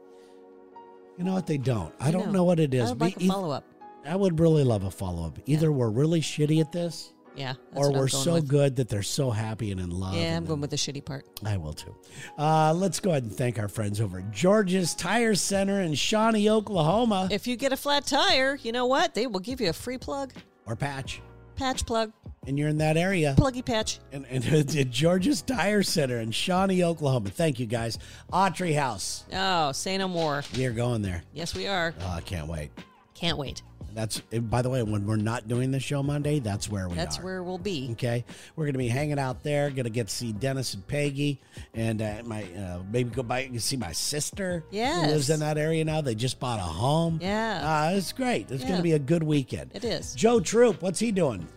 Speaker 1: You know what? They don't. I, don't know. what it is. e
Speaker 2: I would
Speaker 1: Be-
Speaker 2: like a
Speaker 1: eith-
Speaker 2: follow up.
Speaker 1: I would really love a follow up. Either we're really shitty at this,
Speaker 2: Yeah.
Speaker 1: or
Speaker 2: what I'm
Speaker 1: we're
Speaker 2: going
Speaker 1: so
Speaker 2: with.
Speaker 1: good that they're so happy and in love.
Speaker 2: Yeah, I'm
Speaker 1: and
Speaker 2: going with the shitty part.
Speaker 1: I will too. Uh, let's go ahead and thank our friends over at George's Tire Center in Shawnee, Oklahoma,
Speaker 2: If you get a flat tire, you know what? They will give you a free plug,
Speaker 1: or Patch,
Speaker 2: patch plug,
Speaker 1: and you're in that area.
Speaker 2: pluggy patch.
Speaker 1: And, and it's at George's Tire Center in Shawnee, Oklahoma. Thank you guys. Autry House,
Speaker 2: Oh, say no more.
Speaker 1: we are going there.
Speaker 2: Yes, we are.
Speaker 1: Oh, I can't wait.
Speaker 2: Can't wait.
Speaker 1: That's and by the way, when we're not doing the show Monday, that's where we
Speaker 2: That's
Speaker 1: are.
Speaker 2: where we'll be.
Speaker 1: Okay, we're gonna be hanging out there. Gonna get to see Dennis and Peggy, and uh, my uh, maybe go by and see my sister.
Speaker 2: Yes.
Speaker 1: who lives in that area now. They just bought a home.
Speaker 2: Yeah.
Speaker 1: uh, it's great. It's
Speaker 2: Yeah.
Speaker 1: gonna be a good weekend.
Speaker 2: It is.
Speaker 1: Joe Troop, what's he doing?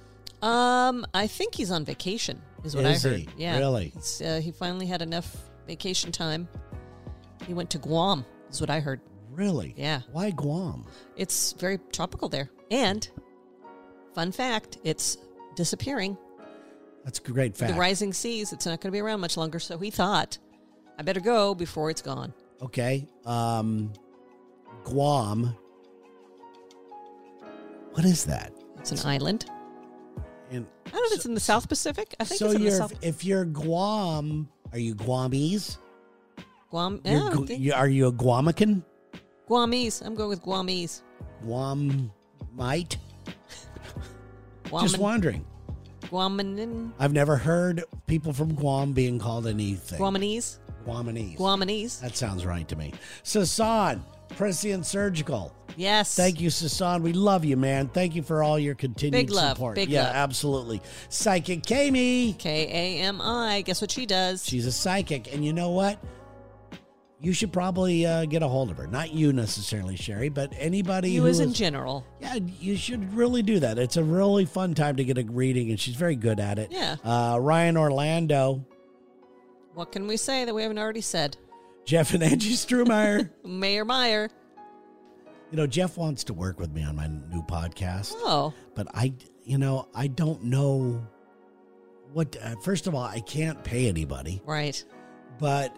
Speaker 2: Um, I think he's on vacation. Is what
Speaker 1: Is
Speaker 2: I
Speaker 1: he?
Speaker 2: heard. Yeah,
Speaker 1: Really?
Speaker 2: It's, uh, he finally had enough vacation time. He went to Guam. Is what I heard.
Speaker 1: Really?
Speaker 2: Yeah.
Speaker 1: Why Guam?
Speaker 2: It's very tropical there. And fun fact, it's disappearing.
Speaker 1: That's a great fact.
Speaker 2: The rising seas. It's not going to be around much longer. So he thought, I better go before it's gone.
Speaker 1: Okay. Um, Guam. What is that?
Speaker 2: It's an island.
Speaker 1: And
Speaker 2: I don't know if it's in the South Pacific. I think
Speaker 1: so
Speaker 2: it's in the
Speaker 1: you're
Speaker 2: South
Speaker 1: if you're Guam, are you Guamese?
Speaker 2: Guam.
Speaker 1: You're
Speaker 2: Yeah, I
Speaker 1: Gu-
Speaker 2: think-
Speaker 1: you- are you a Guamacan?
Speaker 2: Guamese. I'm going with Guamese.
Speaker 1: Guam might.
Speaker 2: Guam.
Speaker 1: Just wondering.
Speaker 2: Guamanin.
Speaker 1: I've never heard people from Guam being called anything.
Speaker 2: Guamanese.
Speaker 1: Guamanese.
Speaker 2: Guamanese.
Speaker 1: That sounds right to me. Sasan, Prescient Surgical.
Speaker 2: Yes.
Speaker 1: Thank you, Sasan. We love you, man. Thank you for all your continued
Speaker 2: Big love,
Speaker 1: support.
Speaker 2: big
Speaker 1: yeah,
Speaker 2: love.
Speaker 1: absolutely. Psychic Kami.
Speaker 2: K A M I. Guess what she does?
Speaker 1: She's a psychic. And you know what? You should probably uh, get a hold of her. Not you necessarily, Sherry, but anybody
Speaker 2: you
Speaker 1: who
Speaker 2: is in
Speaker 1: is-
Speaker 2: general.
Speaker 1: Yeah, you should really do that. It's a really fun time to get a reading, and she's very good at it.
Speaker 2: Yeah.
Speaker 1: Uh, Ryan Orlando,
Speaker 2: What can we say that we haven't already said?
Speaker 1: Jeff and Angie Strumeyer.
Speaker 2: Mayor Meyer.
Speaker 1: you know, Jeff wants to work with me on my new podcast,
Speaker 2: Oh,
Speaker 1: but I, you know, I don't know what. Uh, first of all, I can't pay anybody,
Speaker 2: right.
Speaker 1: but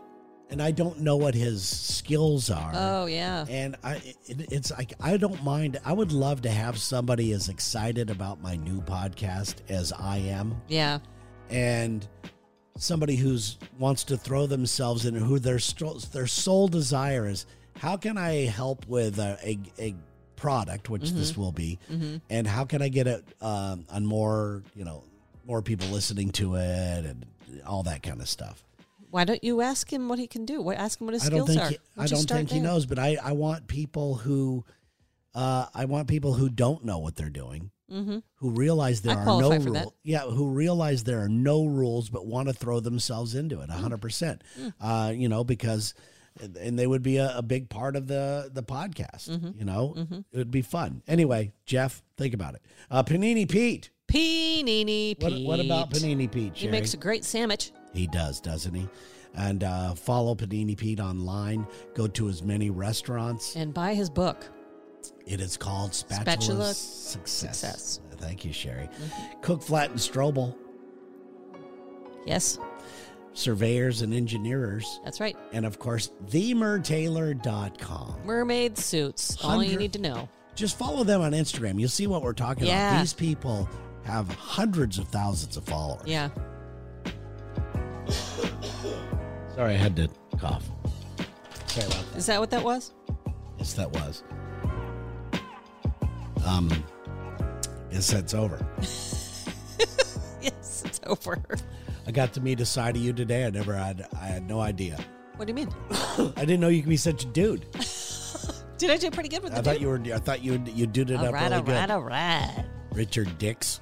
Speaker 1: and I don't know what his skills are.
Speaker 2: Oh, yeah.
Speaker 1: And I, it, it's like I don't mind. I would love to have somebody as excited about my new podcast as I am.
Speaker 2: Yeah.
Speaker 1: and somebody who's wants to throw themselves in who their stro- their sole desire is how can i help with a, a, a product which this will be and how can i get it um, on more you know more people listening to it and all that kind of stuff
Speaker 2: Why don't you ask him what he can do? What ask him what his
Speaker 1: i don't
Speaker 2: skills
Speaker 1: think
Speaker 2: are?
Speaker 1: he, i
Speaker 2: Why you
Speaker 1: don't
Speaker 2: start
Speaker 1: think he
Speaker 2: there?
Speaker 1: knows but i i want people who uh, I want people who don't know what they're doing, who realize there
Speaker 2: Mm-hmm. I
Speaker 1: are no
Speaker 2: qualify for that.
Speaker 1: rules. Yeah, who realize there are no rules, but want to throw themselves into
Speaker 2: Mm.
Speaker 1: it 100%. Uh, you know, because, and they would be a, a big part of the, the podcast.
Speaker 2: Mm-hmm.
Speaker 1: You know, it would be fun. Anyway, Jeff, think about it. Uh, Panini Pete.
Speaker 2: Panini
Speaker 1: What, what about
Speaker 2: Pete.
Speaker 1: Panini Pete?
Speaker 2: He
Speaker 1: Sherry?
Speaker 2: makes a great sandwich.
Speaker 1: He does, doesn't he? And uh, follow Panini Pete online. Go to as many restaurants.
Speaker 2: And buy his book.
Speaker 1: It is called Spatula,
Speaker 2: Spatula
Speaker 1: success.
Speaker 2: Success. Mm-hmm.
Speaker 1: Thank you, Sherry. Cook, Flat, and Strobel,
Speaker 2: Yes,
Speaker 1: surveyors and engineers,
Speaker 2: that's right.
Speaker 1: and of course, themertaylor.com.
Speaker 2: Mermaid suits. All you
Speaker 1: Hundred-
Speaker 2: need to know.
Speaker 1: Just follow them on Instagram. You'll see what we're talking
Speaker 2: Yeah.
Speaker 1: about. These people have hundreds of thousands of followers.
Speaker 2: Yeah.
Speaker 1: Sorry, I had to cough. Sorry about that.
Speaker 2: Is that what that was?
Speaker 1: Yes, that was. Um, guess that's over.
Speaker 2: Yes, it's over.
Speaker 1: I got to meet a side of you today. I never had. I had no idea.
Speaker 2: What do you mean?
Speaker 1: I didn't know you could be such a dude.
Speaker 2: Did I do pretty good with
Speaker 1: I
Speaker 2: the
Speaker 1: thought
Speaker 2: dude?
Speaker 1: you were. I thought you would- you did it
Speaker 2: all
Speaker 1: up
Speaker 2: right,
Speaker 1: really
Speaker 2: all
Speaker 1: good.
Speaker 2: right, all right.
Speaker 1: Richard Dix.